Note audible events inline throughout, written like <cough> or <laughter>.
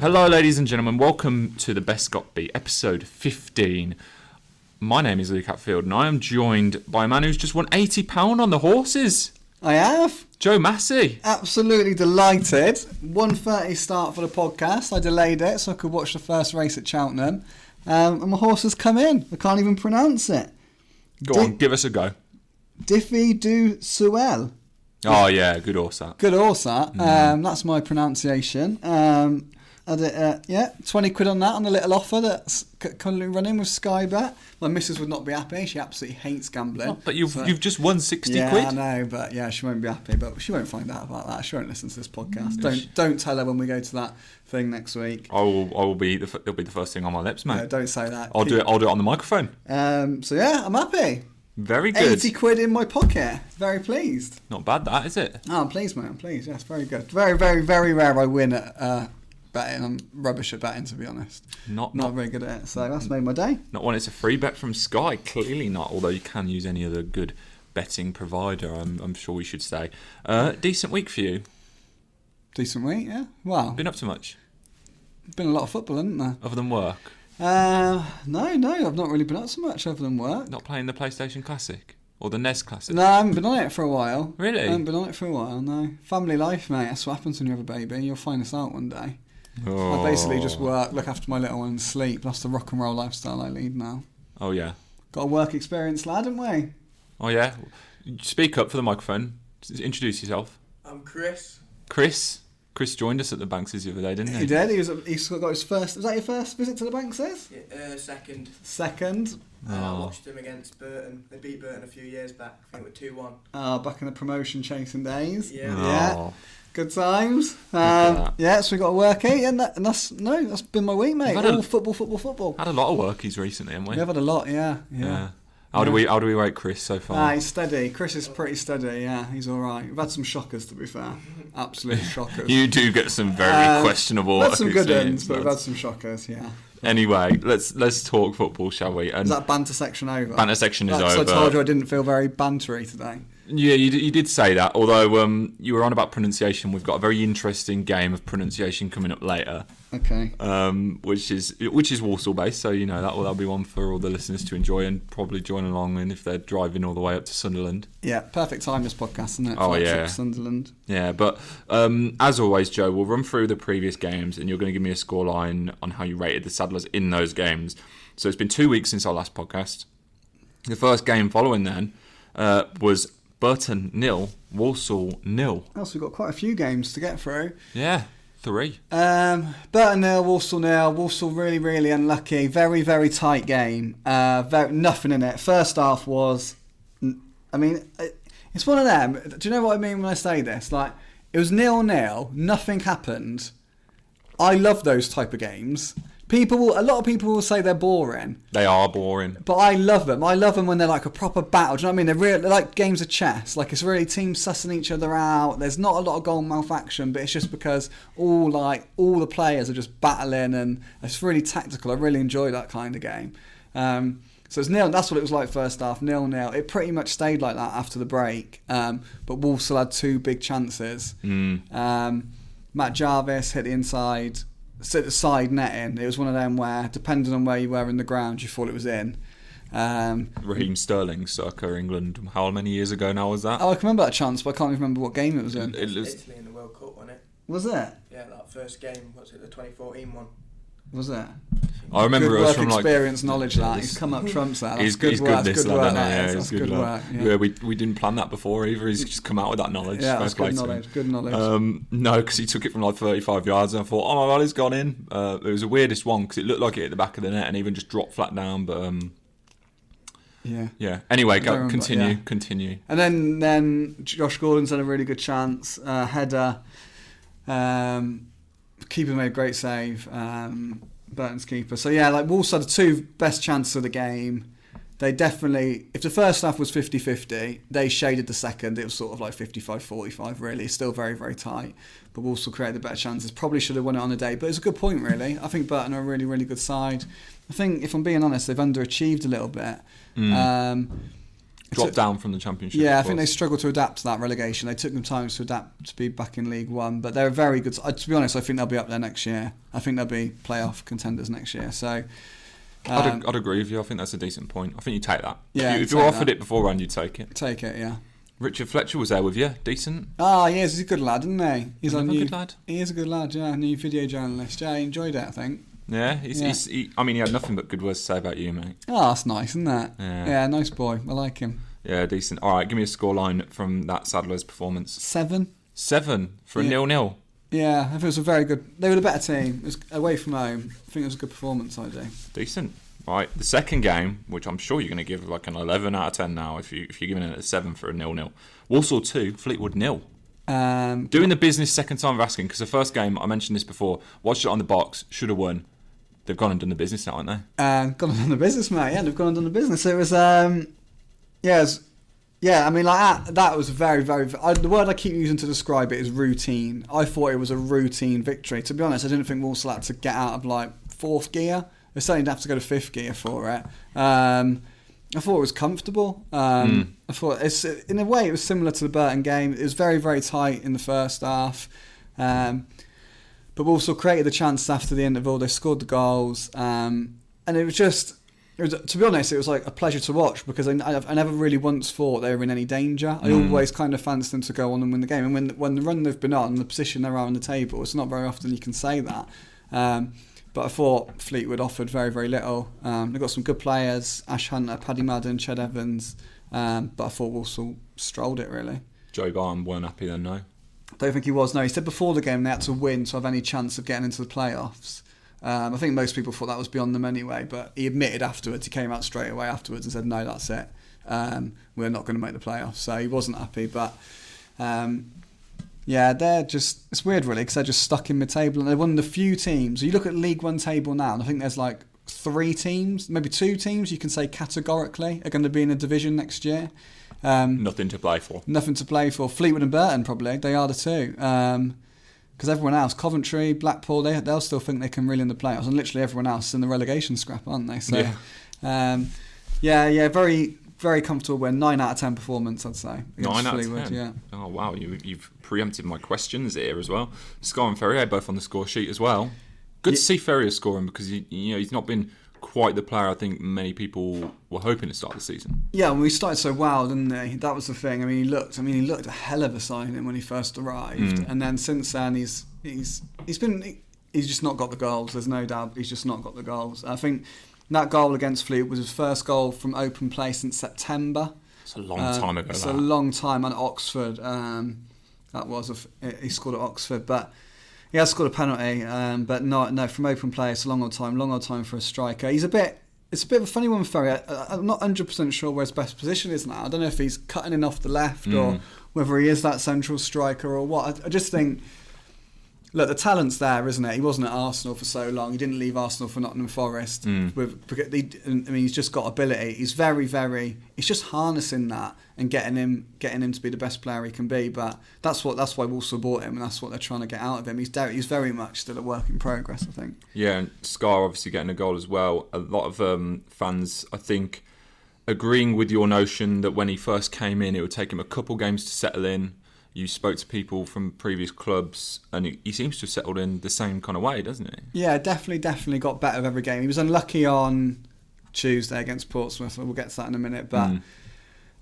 Hello, ladies and gentlemen. Welcome to the Best Got Beat, episode 15. My name is Luke Hatfield, and I am joined by a man who's just won £80 on the horses, I have. Joe Massey. Absolutely delighted. 1.30 start for the podcast. I delayed it so I could watch the first race at Cheltenham. Um, and my horse has come in. I can't even pronounce it. Go Di- on, give us a go. Diffy du Suel. Oh, yeah, good horse that. Good horse, that. Mm. Um, that's my pronunciation. Um, had it, uh, yeah, 20 quid on that on the little offer that's c- currently running with Sky Bet. My missus would not be happy. She absolutely hates gambling. But you've, Uh, So- you've just won 60 yeah, quid. I know, but yeah, she won't be happy. But she won't find out about that. She won't listen to this Mm. podcast. Don't don't tell her when we go to that thing next week. I will, I will be, the, f- it'll be the first thing on my lips, No, mate. don't say that. I'll do it, I'll do it on the microphone. Um, so yeah, I'm happy. Very good. Eighty quid in my pocket. Very pleased. Not bad, that, is it? Oh, I'm pleased, mate. I'm pleased. Yes, very good. Very, very, very rare I win at uh, betting. I'm rubbish at betting, to be honest. Not, Not not, very good at it. So that's made my day. not when it's a free bet from Sky, clearly not, although you can use any other good betting provider, I'm, I'm sure we should say. Uh, decent week for you. Decent week, yeah. Wow, Been up to much? been a lot of football, hasn't there? Other than work? Uh, no, no, I've not really been up so much other than work. Not playing the PlayStation Classic or the NES Classic. No, I haven't been on it for a while. Really? I haven't been on it for a while, no. Family life, mate. That's what happens when you have a baby. You'll find this out one day. I basically just work, look after my little one, and sleep. That's the rock and roll lifestyle I lead now. Oh yeah, Got a work experience, lad, haven't we? oh yeah. Speak up for the microphone. S- Introduce yourself. I'm Chris. Chris. Chris joined us at the Bankses the other day, didn't he? He did. He was. He's got his first. Was that your first visit to the bank, sis? Yeah, uh, second. Second. Uh, I Oh. watched them against Burton. They beat Burton a few years back. I think it was 2 1. Uh, back in the promotion chasing days. Yeah. Yeah. Oh. Good times. at Um, that. yeah, so we got a work eight, and, that, and that's no, that's been my week, mate. You've had a- All football, football, football. Had a lot of workies recently, haven't we? We've had a lot, yeah, yeah. How do Yeah. we How do we rate Chris so far? Ah, he's steady. Chris is pretty steady. Yeah, he's all right. We've had some shockers, to be fair. <laughs> Absolute shockers. You do get some very Uh, questionable. We've had some good experience, ends, but we've lads. had some shockers. Yeah. Anyway, let's let's talk football, shall we? And Is that banter section over? banter section is That's- over. I told you I didn't feel very bantery today. Yeah, you, d- you did say that. Although um, you were on about pronunciation, we've got a very interesting game of pronunciation coming up later, Okay. um, which is which is Walsall based. So you know that will that'll be one for all the listeners to enjoy and probably join along. And if they're driving all the way up to Sunderland, Yeah, perfect time this podcast, isn't it? Oh, For that trip yeah. to Sunderland. yeah. But um, as always, Joe, we'll run through the previous games, and you're going to give me a scoreline on how you rated the Saddlers in those games. So it's been two weeks since our last podcast. The first game following then uh, was Burton nil, Walsall nil. Else we've got quite a few games to get through. Yeah, three. Um, Burton nil, Walsall nil. Walsall really, really unlucky. Very, very tight game. Uh, very, nothing in it. First half was, I mean, it- it's one of them. Do you know what I mean when I say this? Like, it was nil nil. Nothing happened. I love those type of games. People, will, a lot of people will say they're boring. They are boring. But I love them. I love them when they're like a proper battle. Do you know what I mean? They're, real, they're like games of chess. Like it's really teams sussing each other out. There's not a lot of goal mouth action, but it's just because all like all the players are just battling and it's really tactical. I really enjoy that kind of game. Um, so it's nil. That's what it was like first half. Nil nil. It pretty much stayed like that after the break. Um, but Walsall had two big chances. Um, Matt Jarvis hit the inside, hit the side netting. It was one of them where, depending on where you were in the ground, you thought it was in. Um, Raheem Sterling, circa England. How many years ago now was that? oh, I can remember that chance, but I can't even remember what game it was in. It was, Italy in the World Cup, wasn't it? Was it? Yeah, that first game. What's it, the 2014 one? Was it? I remember Oh, good it was work, from like. experience, knowledge. That this- he's come up trumps. That that's He's good he's work. this that's good lad, work. isn't he? that Yeah, he's is, that's good, good lad. work. Yeah, Mm. Yeah, we, we didn't plan that before either. He's just come out with that knowledge. Yeah, Fair that's play good to him. knowledge. Good knowledge. Um, no, because he took it from like 35 yards, and I thought, oh my god, he's gone in. Uh, it was the weirdest one because it looked like it hit the back of the net and even just dropped flat down. But um, yeah. yeah. Anyway, go, remember, continue, yeah. continue. And then then Josh Gordon's had a really good chance uh, header. Um, keeper made a great save. Um, Burton's keeper. So yeah, like Walsall had the two best chances of the game. They definitely, if the first half was 50 50, they shaded the second. It was sort of like 55 45, really. Still very, very tight. But Walsall created the better chances. Probably should have won it on the day. But it's a good point, really. I think Burton are a really, really good side. I think, if I'm being honest, they've underachieved a little bit. Um, dropped down from the championship. Yeah, I of think they course. struggled to adapt to that relegation. They took them times to adapt to be back in League One, but they're a very good. I- To be honest, I think they'll be up there next year. I think they'll be playoff contenders next year. So, I'd, um, ag- I'd agree with you. I think that's a decent point. I think you take that. If you- Yeah, I'd if you take were offered that. it beforehand, you'd take it. take it, yeah. Richard Fletcher was there with you. Decent. Ah, yes, he's a good lad, isn't he? He's our Another new. good lad. He is a good lad, yeah. New video journalist. Yeah, he enjoyed it, I think. Yeah. He's, Yeah. He's, he, I mean, he had nothing but good words to say about you, mate. Oh, that's nice, isn't that? Yeah. nice boy. I like him. Yeah, decent. All right, give me a scoreline from that Saddler's performance. Seven. Seven for a Yeah. nil-nil. Yeah, I think it was a very good. They were the better team. It was away from home. I think it was a good performance. I do. Decent. Right, the second game, which I'm sure you're going to give like an 11 out of 10 now, if you if you're giving it a seven for a nil-nil. Walsall two, Fleetwood nil. Um, Doing the business second time of asking because the first game I mentioned this before, watched it on the box, should have won. They've gone and done the business now, aren't they? and gone Um, and done the business, mate. Yeah, they've gone and done the business. It was, um, yeah, it was, yeah. I mean, like that, that was very, very. I, the word I keep using to describe it is routine. I thought it was a routine victory. To be honest, I didn't think Walsall had to get out of like fourth gear. They certainly didn't have to go to fifth gear for it. Um, I thought it was comfortable. Um, I thought it's in a way it was similar to the Burton game. It was very, very tight in the first half. Um, but we also created the chance after the interval. They scored the goals, um, and it was just. It was, to be honest, it was like a pleasure to watch because I, I, I never really once thought they were in any danger. I always kind of fancied them to go on and win the game. And when when the run they've been on, the position they're on the table, it's not very often you can say that. Um, but I thought Fleetwood offered very very little. Um, they've got some good players: Ash Hunter, Paddy Madden, Chad Evans. Um, but I thought Walsall strolled it really. Joe Barton weren't happy then, no. Don't think he was. No, he said before the game they had to win to have any chance of getting into the playoffs. Um, I think most people thought that was beyond them anyway, but he admitted afterwards. He came out straight away afterwards and said, "No, that's it. Um, we're not going to make the playoffs." So he wasn't happy, but um, yeah, they're just it's weird really because they're just stuck in mid-table and they're one of the few teams. You look at League One table now, and I think there's like three teams, maybe two teams. You can say categorically are going to be in a division next year. Um, Nothing to play for. nothing to play for. Fleetwood and Burton probably they are the two. Um 'cause because everyone else, Coventry, Blackpool, they they'll still think they can really in the playoffs, and literally everyone else is in the relegation scrap, aren't they? So, yeah, um, yeah, yeah, very very comfortable win. Nine out of ten performance, I'd say. against Nine out of Fleetwood, ten. Yeah. Oh wow, you, you've preempted my questions here as well. Scar and Ferrier both on the score sheet as well. Good to see Ferrier scoring because he, you know he's not been quite the player I think many people were hoping to start the season. Yeah, and we started so well, didn't they? That was the thing. I mean, he looked. I mean, he looked a hell of a signing when he first arrived, and then since then, he's he's he's been he- he's just not got the goals. There's no doubt. He's just not got the goals. I think that goal against Fleet was his first goal from open play since September. It's a long Uh, time ago. It's that. a long time at Oxford. Um, that was a f- he scored at Oxford, but he has scored a penalty. Um, but no, no, from open play, it's a long old time. Long old time for a striker. He's a bit. It's a bit of a funny one, Ferry. I, I- I'm not 100 percent sure where his best position is now. I don't know if he's cutting in off the left Hmm. or whether he is that central striker or what. I, I just think. Look, the talent's there, isn't it? He wasn't at Arsenal for so long. He didn't leave Arsenal for Nottingham Forest. With, because he, I mean, he's just got ability. He's very, very. It's just harnessing that and getting him, getting him to be the best player he can be. But that's what that's why Walsall bought him, and that's what they're trying to get out of him. He's de- he's very much still a work in progress, I think. Yeah, and Scar obviously getting a goal as well. A lot of um, fans, I think, agreeing with your notion that when he first came in, it would take him a couple games to settle in. You spoke to people from previous clubs, and he, he seems to have settled in the same kind of way, doesn't he? Yeah, definitely, definitely got better with every game. He was unlucky on Tuesday against Portsmouth. We'll get to that in a minute, but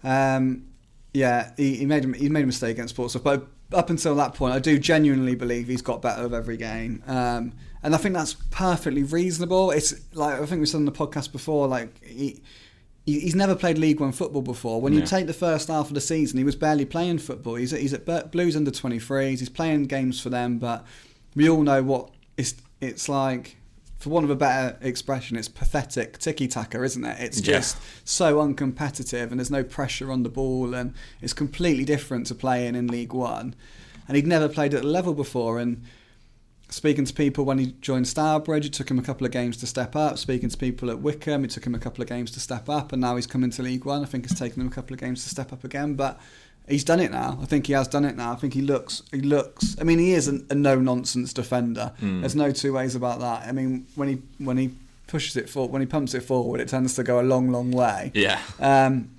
um, yeah, he, he made a- he made a mistake against Portsmouth. But up until that point, I do genuinely believe he's got better with every game, um, and I think that's perfectly reasonable. It's like I think we said on the podcast before, like he. he- He's never played League One football before. When you Yeah. take the first half of the season, he was barely playing football. He's at, he's at Bur- Blues under 23s. He's playing games for them, but we all know what it's it's like. For want of a better expression, it's pathetic ticky tacker, isn't it? It's Yeah. just so uncompetitive and there's no pressure on the ball and it's completely different to playing in League One. And he'd never played at the level before and speaking to people when he joined Starbridge, it took him a couple of games to step up. Speaking to people at Wickham, it took him a couple of games to step up, and now he's come into League One. I think it's taken him a couple of games to step up again, but he's done it now. I think he has done it now. I think he looks, he looks. I mean, he is an, a no nonsense defender. There's no two ways about that. I mean, when he when he pushes it forward, when he pumps it forward, it tends to go a long, long way. Yeah. Um,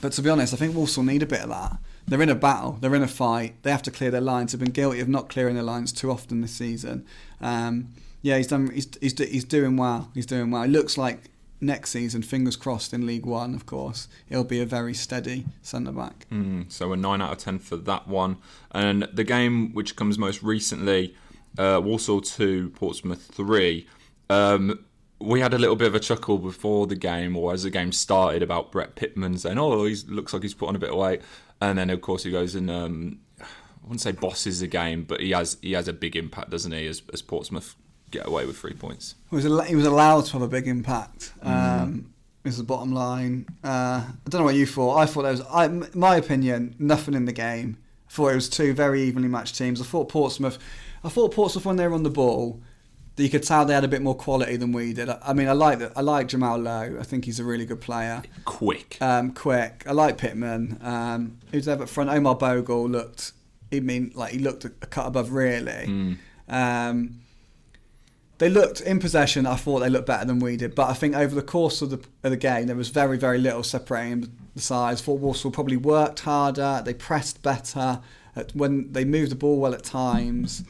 But to be honest, I think Wolves will need a bit of that. They're in a battle. They're in a fight. They have to clear their lines. They've been guilty of not clearing their lines too often this season. Um, yeah, he's done. He's, he's do- he's doing well. He's doing well. It looks like next season, fingers crossed, in League One, of course, he'll be a very steady centre back. Mm, so a 9 out of 10 for that one. And the game which comes most recently, uh, Walsall 2, Portsmouth 3. Um, we had a little bit of a chuckle before the game or as the game started about Brett Pittman saying, oh, he looks like he's put on a bit of weight. And then, of course, he goes and. Um, I wouldn't say bosses the game, but he has he has a big impact, doesn't he? As, as Portsmouth get away with three points. He was, al- he was allowed to have a big impact. Um, Is the bottom line. Uh, I don't know what you thought. I thought there was, I, m- my opinion, nothing in the game. I thought it was two very evenly matched teams. I thought Portsmouth, I thought Portsmouth when they were on the ball, that you could tell they had a bit more quality than we did. I, I mean, I like that. I like Jamal Lowe. I think he's a really good player. Quick. Um, quick. I like Pittman. Um, who's there up front? Omar Bogle looked. I mean, like he looked a cut above really. Um, they looked in possession. I thought they looked better than we did, but I think over the course of the of the game, there was very very little separating the sides. Thought Walsall probably worked harder. They pressed better at, when they moved the ball well at times.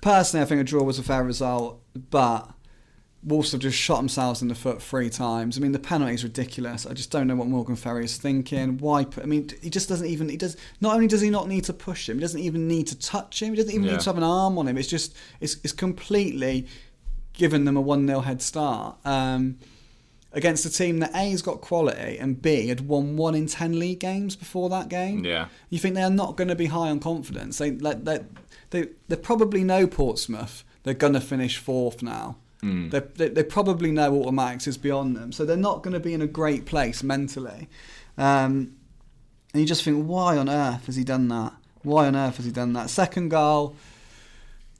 Personally, I think a draw was a fair result, but Wolves have just shot themselves in the foot three times. I mean, the penalty is ridiculous. I just don't know what Morgan Ferry is thinking. Why? Put, I mean, he just doesn't even. He does. Not only does he not need to push him, he doesn't even need to touch him. He doesn't even Yeah. need to have an arm on him. It's just. It's it's completely given them a one 0 head start um, against a team that A has got quality and B had won one in ten league games before that game. Yeah. You think they're not going to be high on confidence? They like they they they probably know Portsmouth. They're going to finish fourth now. Hmm. They, they they probably know automatics is beyond them, so they're not going to be in a great place mentally. Um, and you just think, why on earth has he done that? Why on earth has he done that? Second goal.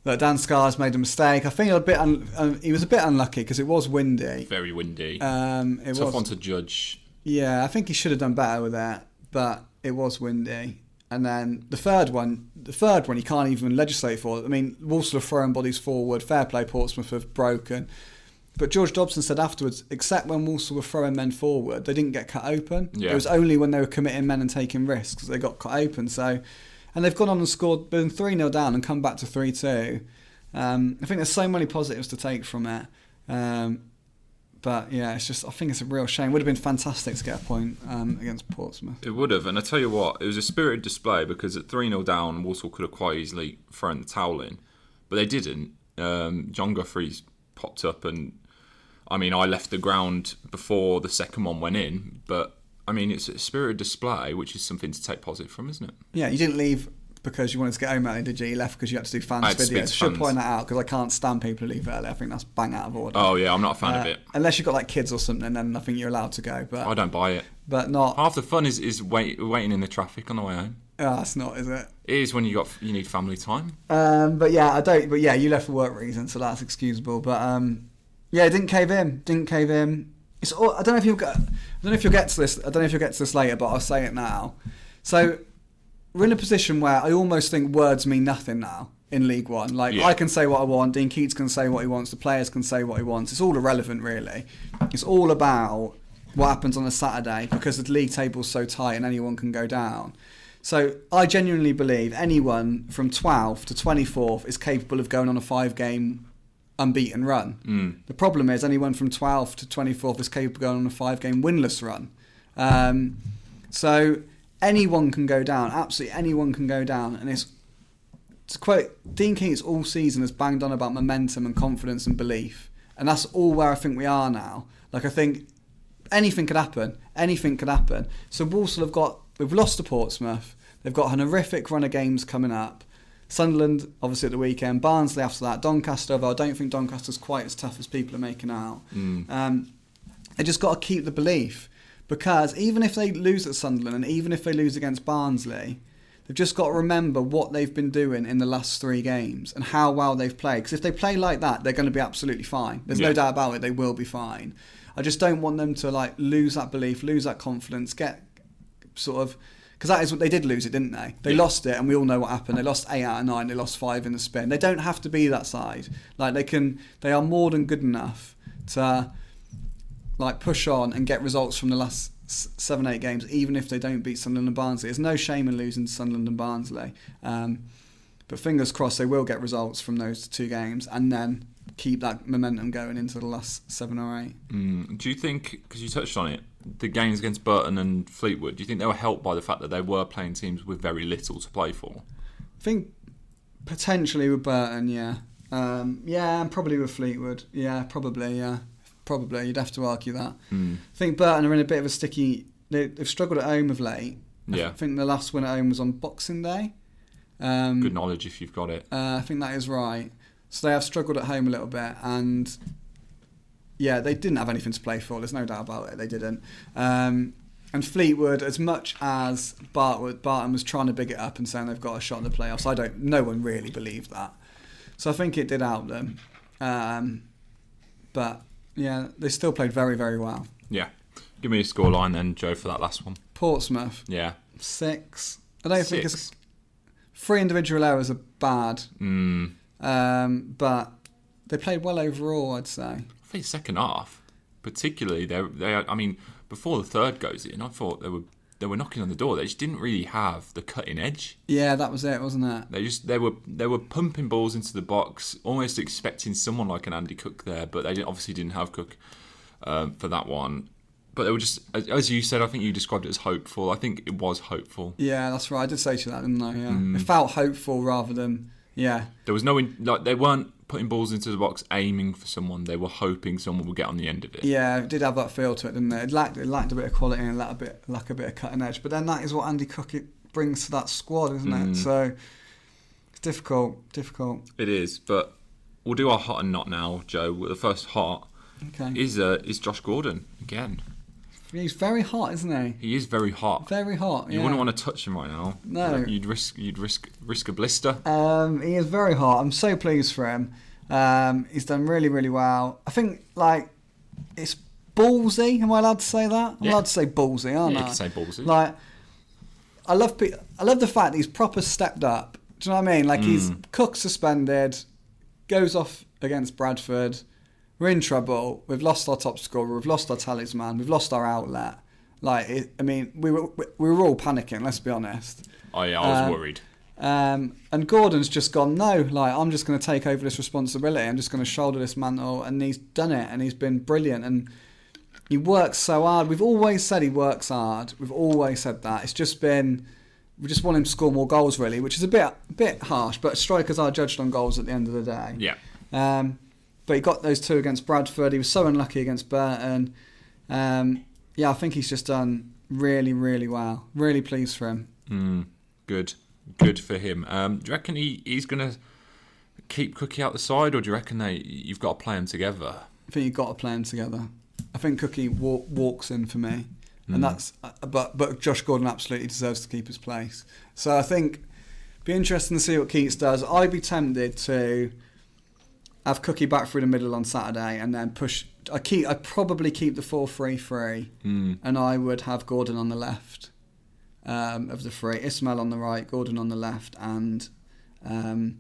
Look, Dan Scars made a mistake. I think he was a bit un- um, he was a bit unlucky because it was windy. Very windy. Um, it Tough was. one to judge. Yeah, I think he should have done better with that, but it was windy. And then the third one, the third one, he can't even legislate for. I mean, Walsall have thrown bodies forward. Fair play, Portsmouth have broken. But George Dobson said afterwards, except when Walsall were throwing men forward, they didn't get cut open. Yeah. It was only when they were committing men and taking risks they got cut open. So, and they've gone on and scored, been three 0 down and come back to three two. Um, I think there's so many positives to take from it. Um, but yeah, it's just I think it's a real shame. Would have been fantastic to get a point um, against Portsmouth. It would have, and I tell you what, it was a spirited display because at 3 0 down, Walsall could have quite easily thrown the towel in, but they didn't. Um, John Guthries popped up, and I mean, I left the ground before the second one went in, but I mean, it's a spirited display, which is something to take positive from, isn't it? Yeah, you didn't leave because you wanted to get home early, did you? You left because you had to do fans I had to speak videos. to Should fans. point that out because I can't stand people who leave early. I think that's bang out of order. Oh, yeah, I'm not a fan of Uh, it. Unless you've got like kids or something, then I think you're allowed to go. But I don't buy it. but not. Half the fun is, is wait, waiting in the traffic on the way home. Oh, it's not, is it? It is when you got you need family time. Um, but yeah, I don't. But yeah, you left for work reasons, so that's excusable. But um, yeah, it didn't cave in. Didn't cave in. It's all. I don't know if you'll get. I don't know if you'll get to this. I don't know if you'll get to this later, but I'll say it now. So we're in a position where I almost think words mean nothing now in League One. Like Yeah. I can say what I want. Dean Keats can say what he wants. The players can say what he wants. It's all irrelevant, really. It's all about what happens on a Saturday because the league table's so tight and anyone can go down. So I genuinely believe anyone from 12th to 24th is capable of going on a five-game unbeaten run. The problem is anyone from 12th to 24th is capable of going on a five-game winless run. Um, so anyone can go down. Absolutely anyone can go down, and it's to quote Dean Keats all season has banged on about momentum and confidence and belief, and that's all where I think we are now. Like I think anything could happen, anything could happen. So Walsall have got we've lost to Portsmouth, they've got an horrific run of games coming up. Sunderland obviously at the weekend, Barnsley after that, Doncaster. Although I don't think Doncaster's quite as tough as people are making out. Um, they just got to keep the belief because even if they lose at Sunderland and even if they lose against Barnsley, they've just got to remember what they've been doing in the last three games and how well they've played. Because if they play like that, they're going to be absolutely fine. There's Yeah. no doubt about it; they will be fine. I just don't want them to like lose that belief, lose that confidence, get sort of because that is what they did lose it, didn't they? They Yeah. lost it, and we all know what happened. They lost eight out of nine. They lost five in the spin. They don't have to be that side. Like they can, they are more than good enough to like push on and get results from the last s- seven, eight games, even if they don't beat Sunderland and Barnsley. There's no shame in losing to Sunderland and Barnsley. Um, but fingers crossed they will get results from those two games and then keep that momentum going into the last seven or eight. Mm, do you think, because you touched on it, the games against Burton and Fleetwood, do you think they were helped by the fact that they were playing teams with very little to play for? I think potentially with Burton, yeah. Um, yeah, and probably with Fleetwood. Yeah, probably, yeah. Probably. You'd have to argue that. Mm. I think Burton are in a bit of a sticky. They, they've struggled at home of late. I Yeah, think the last win at home was on Boxing Day. Um, good knowledge if you've got it. uh, I think that is right. So they have struggled at home a little bit, and yeah, they didn't have anything to play for. There's no doubt about it. They didn't. Um, and Fleetwood, as much as Bartwood, Barton was trying to big it up and saying they've got a shot in the playoffs, I don't. No one really believed that. So I think it did help them. Um, but yeah, they still played very, very well. Yeah. Give me a scoreline then, Joe, for that last one. Portsmouth Yeah. six. I don't think Six. it's three individual errors are bad. Mm. Um, but they played well overall, I'd say. I think second half, particularly they they I mean before the third goes in, I thought they were they were knocking on the door. They just didn't really have the cutting edge. Yeah, that was it, wasn't it? They just they were they were pumping balls into the box, almost expecting someone like an Andy Cook there, but they didn't, obviously didn't have Cook um, for that one. But they were just as- as you said. I think you described it as hopeful. I think it was hopeful. Yeah, that's right. I did say to you that, didn't I? Yeah, Hmm. it felt hopeful rather than yeah, There was no in, like they weren't putting balls into the box aiming for someone. They were hoping someone would get on the end of it. yeah. It did have that feel to it, didn't it? It lacked it lacked a bit of quality and lacked a bit lack a bit of cutting edge. But then that is what Andy Cook it brings to that squad, isn't Hmm. it? So it's difficult, difficult. It is, but we'll do our hot and not now, Joe. The first hot Okay, is uh, is Josh Gordon again. he's very hot, isn't he? He is very hot. Very hot. You yeah. wouldn't want to touch him right now. No. you'd risk you'd risk risk a blister. Um, he is very hot. I'm so pleased for him. Um, he's done really, really well. I think like it's ballsy. Am I allowed to say that? I'm Yeah. allowed to say ballsy, aren't Yeah, you I? can say ballsy. Like I love, pe- I love the fact that he's proper stepped up. Do you know what I mean? Like he's Mm. Cook suspended, goes off against Bradford. We're in trouble. We've lost our top scorer. We've lost our talisman. We've lost our outlet. Like it, I mean, we were we were all panicking. Let's be honest. Oh yeah, I was Um, worried. Um, and Gordon's just gone, no, like, I'm just going to take over this responsibility. I'm just going to shoulder this mantle. And he's done it and he's been brilliant. And he works so hard. We've always said he works hard. We've always said that. It's just been, we just want him to score more goals, really, which is a bit, a bit harsh, but strikers are judged on goals at the end of the day. Yeah, Um, but he got those two against Bradford. He was so unlucky against Burton. Um, yeah, I think he's just done really, really well. Really pleased for him. good, good for him. Um, do you reckon he, he's gonna keep Cookie out the side, or do you reckon they you've got to play them together? I think you've got to play them together. I think Cookie walk, walks in for me, and that's uh, but but Josh Gordon absolutely deserves to keep his place. So I think be interesting to see what Keats does. I'd be tempted to have Cookie back through the middle on Saturday and then push. I keep I probably keep the four three three, and I would have Gordon on the left um, of the three, Ismail on the right, Gordon on the left, and. Um,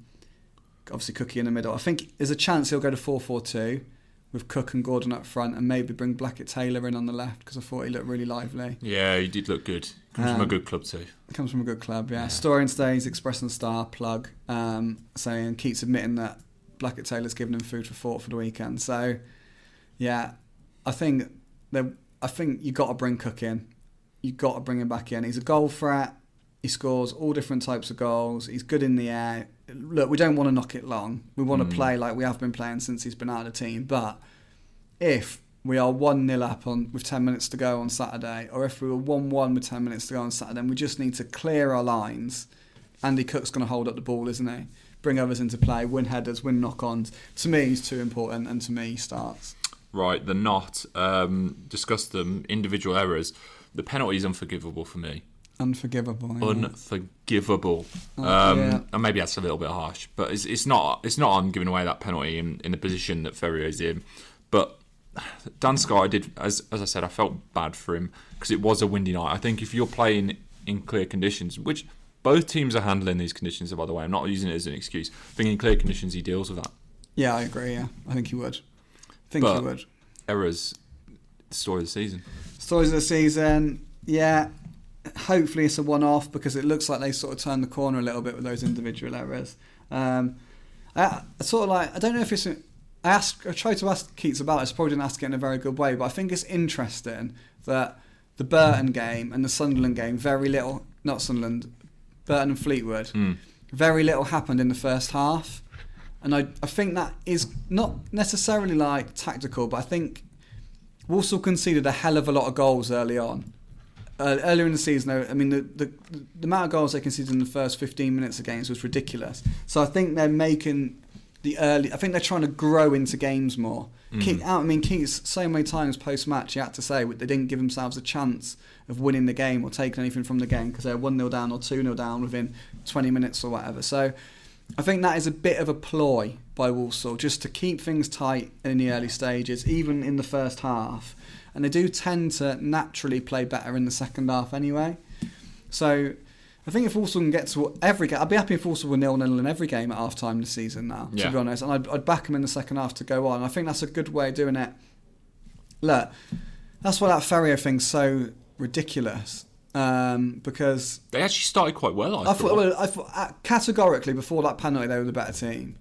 obviously Cookie in the middle. I think there's a chance he'll go to 4 4 2 with Cook and Gordon up front and maybe bring Blackett Taylor in on the left because I thought he looked really lively. Yeah, he did look good. Comes from a Um, good club too. Comes from a good club, yeah. Story and Stays, Express and Star, plug, um, saying, keeps admitting that Blackett Taylor's given him food for thought for the weekend. So, yeah, I think that I think you got to bring Cook in. you got to bring him back in. He's a goal threat. He scores all different types of goals. He's good in the air. Look, we don't want to knock it long. We want to play like we have been playing since he's been out of the team. But if we are 1 0 up on with 10 minutes to go on Saturday, or if we were 1 1 with 10 minutes to go on Saturday, then we just need to clear our lines. Andy Cook's going to hold up the ball, isn't he? Bring others into play, win headers, win knock ons. To me, he's too important, and to me, he starts. Right, the not um, discuss them individual errors. The penalty is unforgivable for me. Unforgivable. yeah. unforgivable. Mm. Oh, um, yeah. And maybe that's a little bit harsh, but it's, it's not. It's not on giving away that penalty in, in the position that Ferrier's in. But Dan Sky did, as as I said, I felt bad for him because it was a windy night. I think if you're playing in clear conditions, which both teams are handling these conditions, by the way, I'm not using it as an excuse. I think in clear conditions, he deals with that. Yeah, I agree. Yeah, I think he would. I think But- he would. Errors, story of the season. Stories of the season, yeah. Hopefully it's a one-off because it looks like they sort of turned the corner a little bit with those individual errors. Um, I, I sort of like I don't know if it's. I asked. I tried to ask Keats about this. Probably didn't ask it in a very good way, but I think it's interesting that the Burton game and the Sunderland game, very little. Not Sunderland, Burton and Fleetwood. Very little happened in the first half, and I, I think that is not necessarily like tactical, but I think Walsall conceded a hell of a lot of goals early on. Uh, earlier in the season, though, I mean, the, the, the amount of goals they conceded in the first 15 minutes of games was ridiculous. So I think they're making the early. I think they're trying to grow into games more. Ke- I mean, Keats, so many times post match, he had to say they didn't give themselves a chance of winning the game or taking anything from the game because they're 1 0 down or 2 0 down within 20 minutes or whatever. So I think that is a bit of a ploy by Walsall just to keep things tight in the early stages, even in the first half. And they do tend to naturally play better in the second half anyway. So I think if Walsall can get to every game, I'd be happy if Walsall were nil nil in every game at half time this season now, Yeah. to be honest. And I'd, I'd back them in the second half to go on. I think that's a good way of doing it. Look, that's why that Ferrier thing's so ridiculous. Um, because They actually started quite well. I, I thought. thought, well, I thought uh, categorically before that penalty they were the better team,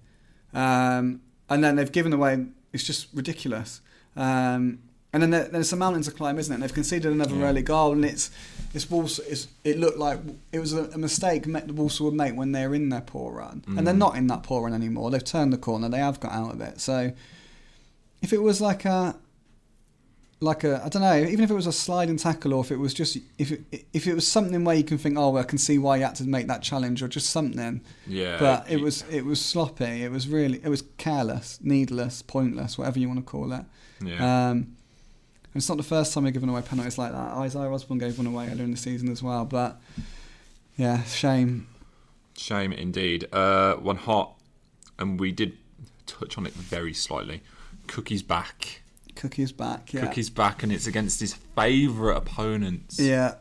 um, and then they've given away. It's just ridiculous. Um, and then there, there's some mountain to climb, isn't it? And they've conceded another early goal, and it's it's Walsall. It's, it looked like it was a, a mistake ma- the Walsall would make when they're in their poor run, and they're not in that poor run anymore. They've turned the corner. They have got out of it. So if it was like a like a I don't know, even if it was a sliding tackle or if it was just if it, if it was something where you can think, oh, well, I can see why you had to make that challenge or just something. yeah, But it was it was sloppy. It was really it was careless, needless, pointless, whatever you want to call it. Yeah. Um, and it's not the first time we're giving away penalties like that. Isaiah Osborne gave one away earlier in the season as well, but yeah, shame. Shame indeed. Uh, one hot, and we did touch on it very slightly. Cookie's back. Cookie's back. Yeah. Cookie's back, and it's against his favourite opponents. Yeah,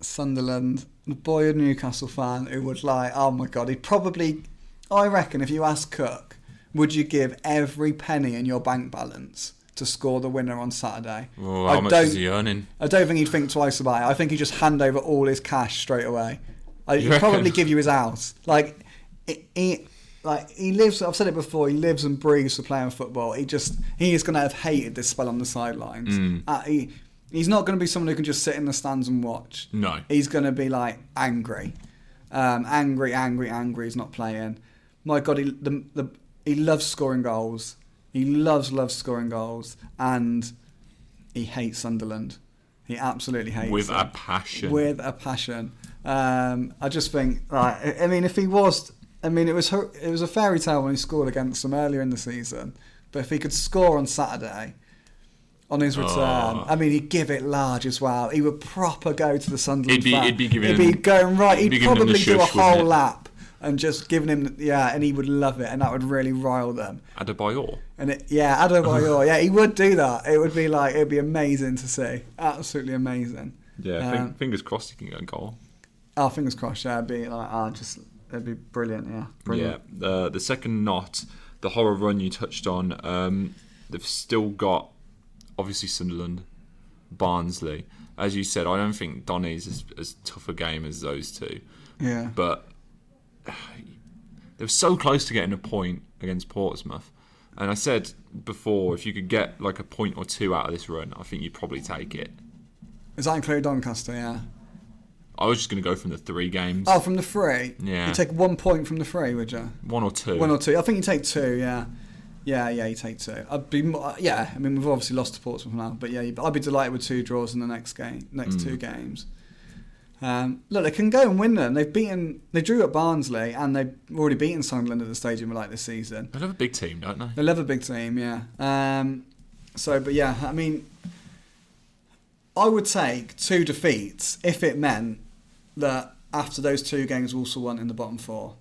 Sunderland, the boy, a Newcastle fan who would like, oh my god, he'd probably, I reckon, if you ask Cook, would you give every penny in your bank balance to score the winner on Saturday? Oh, I how much don't, is he earning? I don't think he'd think twice about it. I think he'd just hand over all his cash straight away. I, he'd reckon? probably give you his house. Like, he- he, like he lives. I've said it before. He lives and breathes for playing football. He just he is going to have hated this spell on the sidelines. Uh, he, he's not going to be someone who can just sit in the stands and watch. No. he's going to be like angry, um, angry, angry, angry. He's not playing. My God, he the, the he loves scoring goals. He loves loves scoring goals, and he hates Sunderland. He absolutely hates With them. a passion. With a passion. Um, I just think, like, I I mean, if he was, I mean, it was her- it was a fairy tale when he scored against them earlier in the season. But if he could score on Saturday, on his return, Oh. I mean, he'd give it large as well. He would proper go to the Sunderland. He'd be- fan. he'd be giving He'd be him- going right. he'd He'd, be giving him the probably do a shush, wouldn't whole he? lap and just giving him, yeah, and he would love it, and that would really rile them. Adebayor. And it, yeah, <laughs> Adebayor, yeah, he would do that. It would be like it'd be amazing to see, absolutely amazing. Yeah, Um, fing- fingers crossed he can get a goal. Oh, fingers crossed. Yeah, it'd be like, oh, just it'd be brilliant. Yeah, brilliant. Yeah. Uh, the second knot, the horror run you touched on, um, they've still got obviously Sunderland, Barnsley. As you said, I don't think Donny's as, as tough a game as those two, Yeah, but they were so close to getting a point against Portsmouth. And I said before, if you could get like a point or two out of this run, I think you'd probably take it. does that include Doncaster? Yeah. I was just going to go from the three games, Oh, from the three. Yeah. You take one point from the three, would you? one or two. One or two. I think you take two. Yeah. Yeah, yeah, you take two. I'd be, mo- uh, yeah. I mean, we've obviously lost to Portsmouth now, but yeah, I'd be delighted with two draws in the next game, next two Mm. games. Um, look, they can go and win them. They've beaten, they drew at Barnsley, and they've already beaten Sunderland at the stadium like this season. They have a big team, don't they? They love a big team, yeah. Um, so, but yeah, I mean, I would take two defeats if it meant that after those two games, Walsall weren't in the bottom four.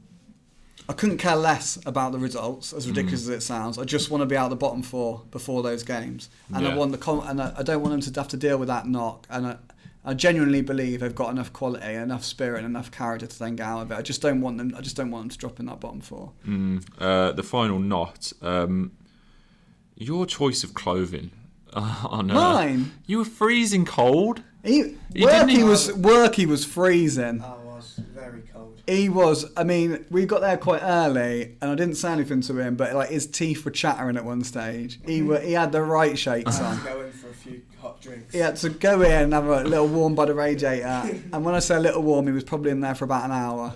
I couldn't care less about the results, as Mm. ridiculous as it sounds. I just want to be out the bottom four before those games, and Yeah. I want the com- and I, I don't want them to have to deal with that knock. And I, I genuinely believe they've got enough quality, enough spirit, and enough character to then get out of it. I just don't want them. I just don't want them to drop in that bottom four. Mm, Uh, the final knot. Um, your choice of clothing <laughs> Oh no. Mine? You were freezing cold. He, You didn't Worky even- was Worky was freezing. I was very cold. He was. I mean, we got there quite early, and I didn't say anything to him, but like his teeth were chattering at one stage. Mm-hmm. He were, he had the right shakes I on. <laughs> was going for a few hot drinks. He had to go in and have a little warm by the radiator, and when I say a little warm, he was probably in there for about an hour.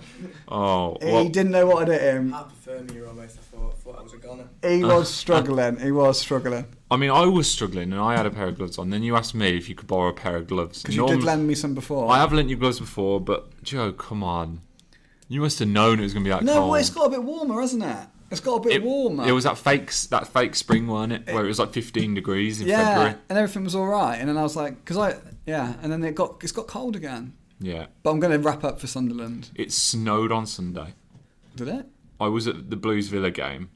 Oh, He well, didn't know what had hit him. I prefer me almost. I thought, thought I was a goner. He uh, was struggling. He was struggling I mean, I was struggling and I had a pair of gloves on. Then you asked me if you could borrow a pair of gloves. because you did Normally- lend me some before. Oh, I have lent you gloves before, but Joe, come on. You must have known it was going to be that no, cold. well, it's got a bit warmer, hasn't it? It's got a bit it, warmer. It was that fake s- that fake spring, wasn't it? Where it was like 15 degrees in yeah, February. and everything was all right. And then I was like, because I yeah, and then it got it's got cold again. Yeah. But I'm going to wrap up for Sunderland. It snowed on Sunday. Did it? I was at the Blues Villa game.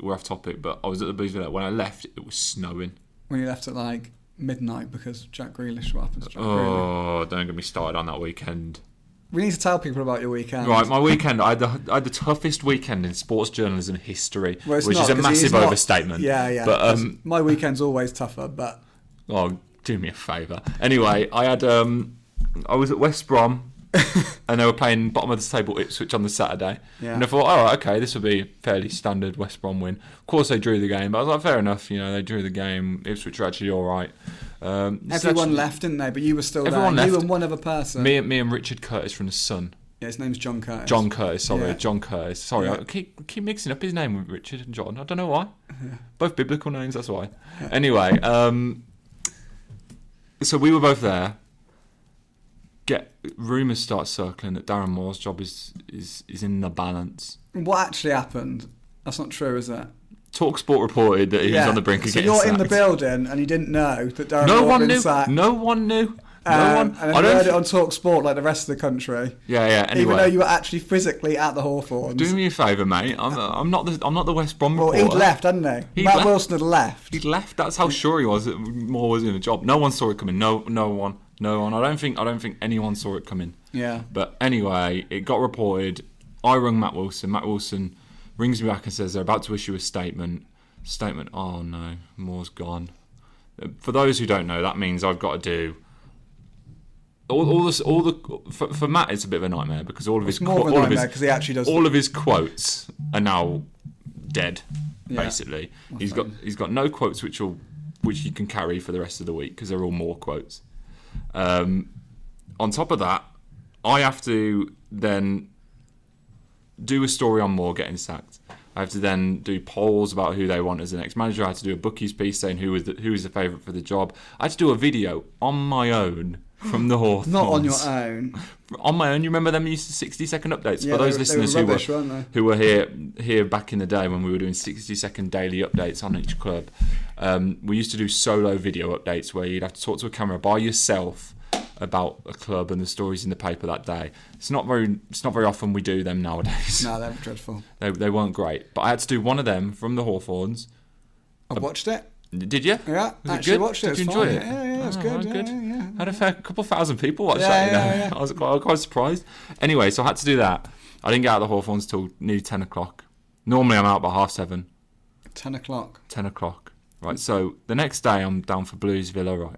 We're off topic, but I was at the Blues Villa. When I left, it was snowing. When you left at like midnight because Jack Grealish. What happens? to Jack Grealish? Oh, don't get me started on that weekend. We need to tell people about your weekend. Right, my weekend. I had, the, I had the toughest weekend in sports journalism history, Well, it's which not, is a 'cause he's massive not- overstatement. Yeah, yeah. But It's- um, my weekend's always tougher, but Oh, do me a favour. Anyway, I had um, I was at West Brom, and they were playing bottom of the table Ipswich on the Saturday. Yeah. And I thought, all right, okay, this will be a fairly standard West Brom win. Of course, they drew the game, but I was like, fair enough. You know, they drew the game. Ipswich are actually all right. Um, this is everyone actually- left, didn't they? But you were still Everyone there. You left. and one other person. Me, me and Richard Curtis from the Sun. Yeah, his name's John Curtis. John Curtis, sorry, Yeah. John Curtis. Sorry, Yeah. I keep keep mixing up his name with Richard and John. I don't know why. Both biblical names, that's why. Anyway, um, so we were both there. Get rumours start circling that Darren Moore's job is is is in the balance. What actually happened? That's not true, is it? Talksport reported that he Yeah. was on the brink of so getting you're in the sacked. building and you didn't know that Darren No Moore had one been knew. sacked. No one knew. No Um, one. And then I you don't. heard it thi- on Talk Sport like the rest of the country. yeah, yeah. Anyway, Even though you were actually physically at the Hawthorns. do me a favour, mate. I'm, I'm not the I'm not the West Brom well, reporter. he'd left, hadn't he? He'd Matt left. Wilson had left. He'd left. That's how sure he was that Moore was in a job. No one saw it coming. No, no one, no one. I don't think. I don't think anyone saw it coming. Yeah. But anyway, it got reported. I rung Matt Wilson. Matt Wilson rings me back and says they're about to issue a statement. Statement. Oh no, Moore's gone. For those who don't know, that means I've got to do. All, all this, all the for, for Matt, it's a bit of a nightmare because all of his It's more qu- of a all of his- nightmare because he actually does. all of his quotes are now dead. Yeah. Basically, he's got he's got no quotes which will which he can carry for the rest of the week because they're all more quotes. Um, on top of that, I have to then do a story on Moore getting sacked. I have to then do polls about who they want as the next manager. I had to do a bookies piece saying who was the, who was the favourite for the job. I had to do a video on my own from <gasps> the Hawthorns. not on your <laughs> own. On my own, you remember them used to sixty second updates Yeah, for those they were- they were listeners rubbish, who were weren't they? who were here here back in the day when we were doing 60 second daily updates on each club. Um, we used to do solo video updates where you'd have to talk to a camera by yourself about a club and the stories in the paper that day. It's not very it's not very often we do them <laughs> nowadays. No, they're dreadful. They, they weren't great, but I had to do one of them from the Hawthorns. I watched it. Did you? Yeah, Was it actually good? watched it. Did you It's enjoy fine. it? Yeah, yeah, it's Oh, good. oh, Yeah, yeah, yeah. Had a fair couple thousand people watch Yeah, that. You know? yeah, <laughs> yeah. I was quite, I was quite surprised. Anyway, so I had to do that. I didn't get out of the Hawthorns till nearly ten o'clock. Normally, I'm out by half seven, Ten o'clock. ten o'clock. Right. So the next day, I'm down for Blues Villa. Right.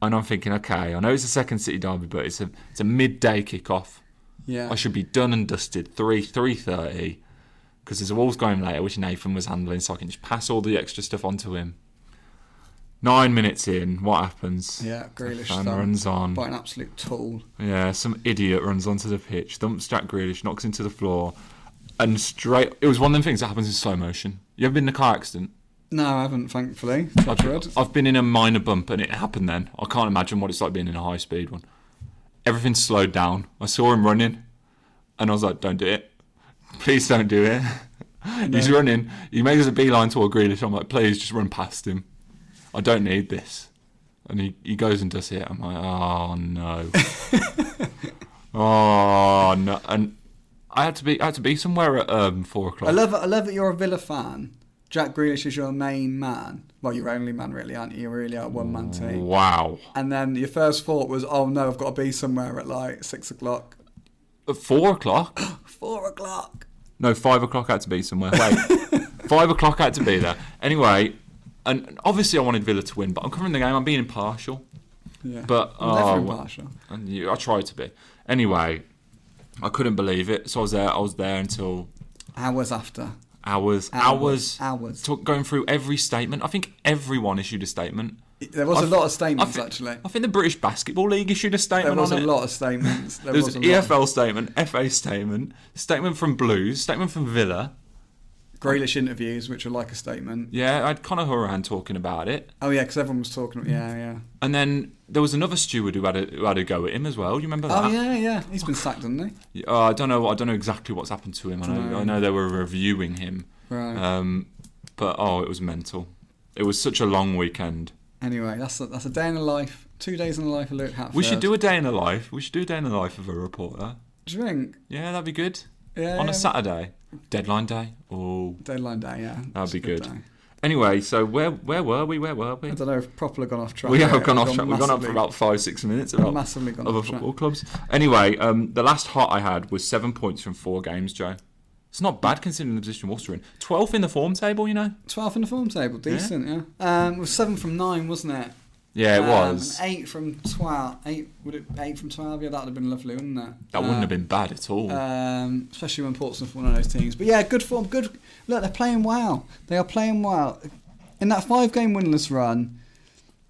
And I'm thinking, okay, I know it's a second city derby, but it's a it's a midday kickoff. Yeah. I should be done and dusted three three thirty because there's a Wolves game later, which Nathan was handling, so I can just pass all the extra stuff on to him. Nine minutes in, what happens? Yeah, Grealish Fan thump runs on. by an absolute tool. Yeah, some idiot runs onto the pitch, thumps Jack Grealish, knocks him to the floor, and straight. It was one of them things that happens in slow motion. You ever been in a car accident? No, I haven't, thankfully. I've, I've been in a minor bump and it happened then. I can't imagine what it's like being in a high speed one. Everything slowed down. I saw him running and I was like, don't do it. Please don't do it. He's running. He makes a beeline toward Grealish. I'm like, please just run past him. I don't need this. And he, he goes and does it. I'm like, oh no. oh no. And I had to be I had to be somewhere at um, four o'clock. I love, I love that you're a Villa fan. Jack Grealish is your main man. Well, your only man, really, aren't you? You really are a one man Mm. team. wow. And then your first thought was, oh no, I've got to be somewhere at like six o'clock, At four o'clock? four o'clock. <laughs> No, five o'clock had to be somewhere. Wait, five o'clock had to be there. Anyway, and and obviously I wanted Villa to win, but I'm covering the game. I'm being impartial. Yeah. But I'm never oh, impartial. and you, I tried to be. Anyway, I couldn't believe it. So I was there. I was there until Hours after. hours, Hours, hours, hours. to- going through every statement. I think everyone issued a statement. There was a I- lot of I statements thi- actually. I think the British Basketball League issued a There statement was on a it. E lot of statements. There There was was a an lot. EFL statement, FA statement, statement from Blues, statement from Villa. Grealish interviews, which are like a statement. Yeah, I had Conor Horan talking about it. Oh yeah, because everyone was talking. Yeah, yeah. And then there was another steward who had a, who had a go at him as well. You remember that? Oh yeah, yeah. He's been sacked, hasn't he? Yeah, Uh, I don't know. I don't know exactly what's happened to him. I know. No. I know they were reviewing him. Right. Um, but oh, it was mental. It was such a long weekend. Anyway, that's a, that's a day in the life. Two days in the life of Luke Hatfield. We should do a day in the life. We should do a day in the life of a reporter. drink. Yeah, that'd be good. Yeah. On yeah. a Saturday, deadline day. Oh. Deadline day. Yeah. That'd be It's a good. good. day. Anyway, so where where were we? Where were we? I don't know if properly gone off track. We have here. gone off track. We've gone up massively- for about five, six minutes about massively gone other off track. football clubs. Anyway, um, the last hot I had was seven points from four games, Joe. It's not bad considering the position Wolves are in. Twelfth in the form table, you know. 12th in the form table, decent, yeah. Um, it was seven from nine, wasn't it? Yeah, it Um, was. and Eight from twelve. Eight would it? Eight from twelve. Yeah, that'd have been lovely, wouldn't it? That wouldn't have been bad at all. Um, especially when Portsmouth were one of those teams. But yeah, good form. Good. Look, they're playing well. They are playing well. In that five-game winless run,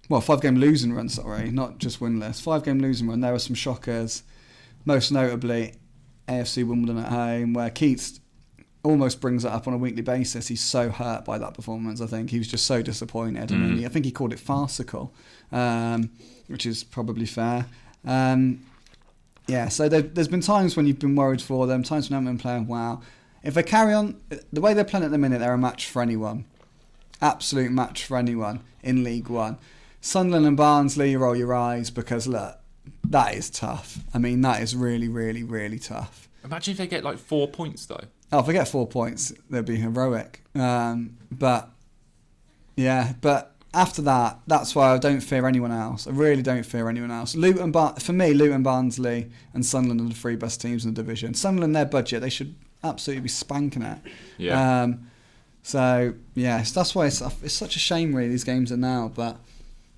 well, five-game losing run. Sorry, not just winless. Five-game losing run. There were some shockers, most notably AFC Wimbledon at home, where Keats almost brings it up on a weekly basis. He's so hurt by that performance. I think he was just so disappointed, and he, I think he called it farcical, um, which is probably fair. Um, yeah, so there- there's been times when you've been worried for them, times when they haven't been playing well. If they carry on the way they're playing at the minute, they're a match for anyone, absolute match for anyone in League One. Sunderland and Barnsley, you roll your eyes because look, that is tough. I mean, that is really, really, really tough. Imagine if they get like four points though. Oh, if I get four points, they'd be heroic. Um, but yeah, but after that, that's why I don't fear anyone else. I really don't fear anyone else. Luton, Bar- for me, Luton, Barnsley, and Sunderland are the three best teams in the division. Sunderland, their budget, they should absolutely be spanking it. Yeah. Um, so yeah, so that's why it's, it's such a shame. Really, these games are now, but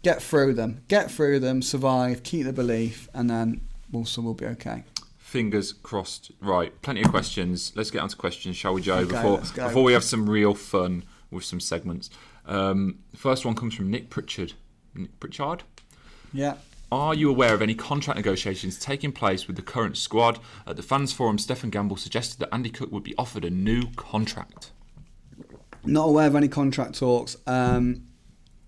get through them, get through them, survive, keep the belief, and then Walsall will be okay. Fingers crossed. Right, plenty of questions. Let's get on to questions, shall we, Joe? Okay, before let's go. before we have some real fun with some segments. Um, first one comes from Nick Pritchard. Nick Pritchard. Yeah. Are you aware of any contract negotiations taking place with the current squad? At the fans forum, Stephen Gamble suggested that Andy Cook would be offered a new contract. not aware of any contract talks um,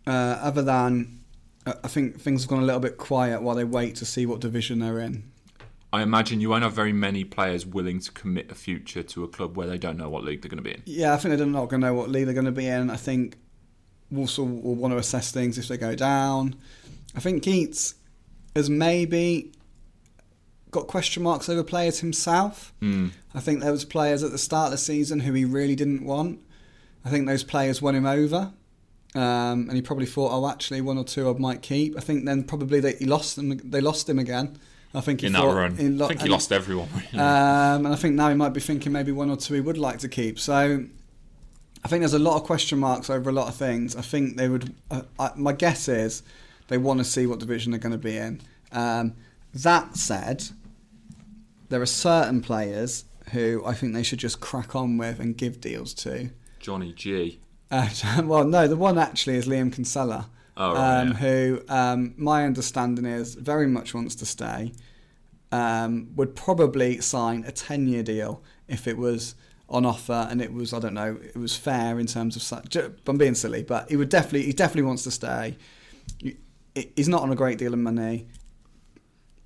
uh, other than uh, I think things have gone a little bit quiet while they wait to see what division they're in. I imagine you won't have very many players willing to commit a future to a club where they don't know what league they're going to be in. Yeah, I think they're not going to know what league they're going to be in. I think Walsall will want to assess things if they go down. I think Keats has maybe got question marks over players himself. Hmm. I think there was players at the start of the season who he really didn't want. I think those players won him over. Um, and he probably thought, oh, actually, one or two I might keep. I think then probably they he lost them. They lost him again. I think he In that thought, run, in lo- I think he and- lost everyone. um, and I think now he might be thinking maybe one or two he would like to keep. So I think there's a lot of question marks over a lot of things. I think they would. Uh, I, my guess is they want to see what division they're going to be in. Um, that said, there are certain players who I think they should just crack on with and give deals to. Johnny G. Uh, <laughs> well, no, the one actually is Liam Kinsella, Oh, right, um, yeah. who um, my understanding is very much wants to stay. Um, would probably sign a ten-year deal if it was on offer and it was I don't know it was fair in terms of. sa- ju- I'm being silly, but he would definitely he definitely wants to stay. You- he- He's not on a great deal of money.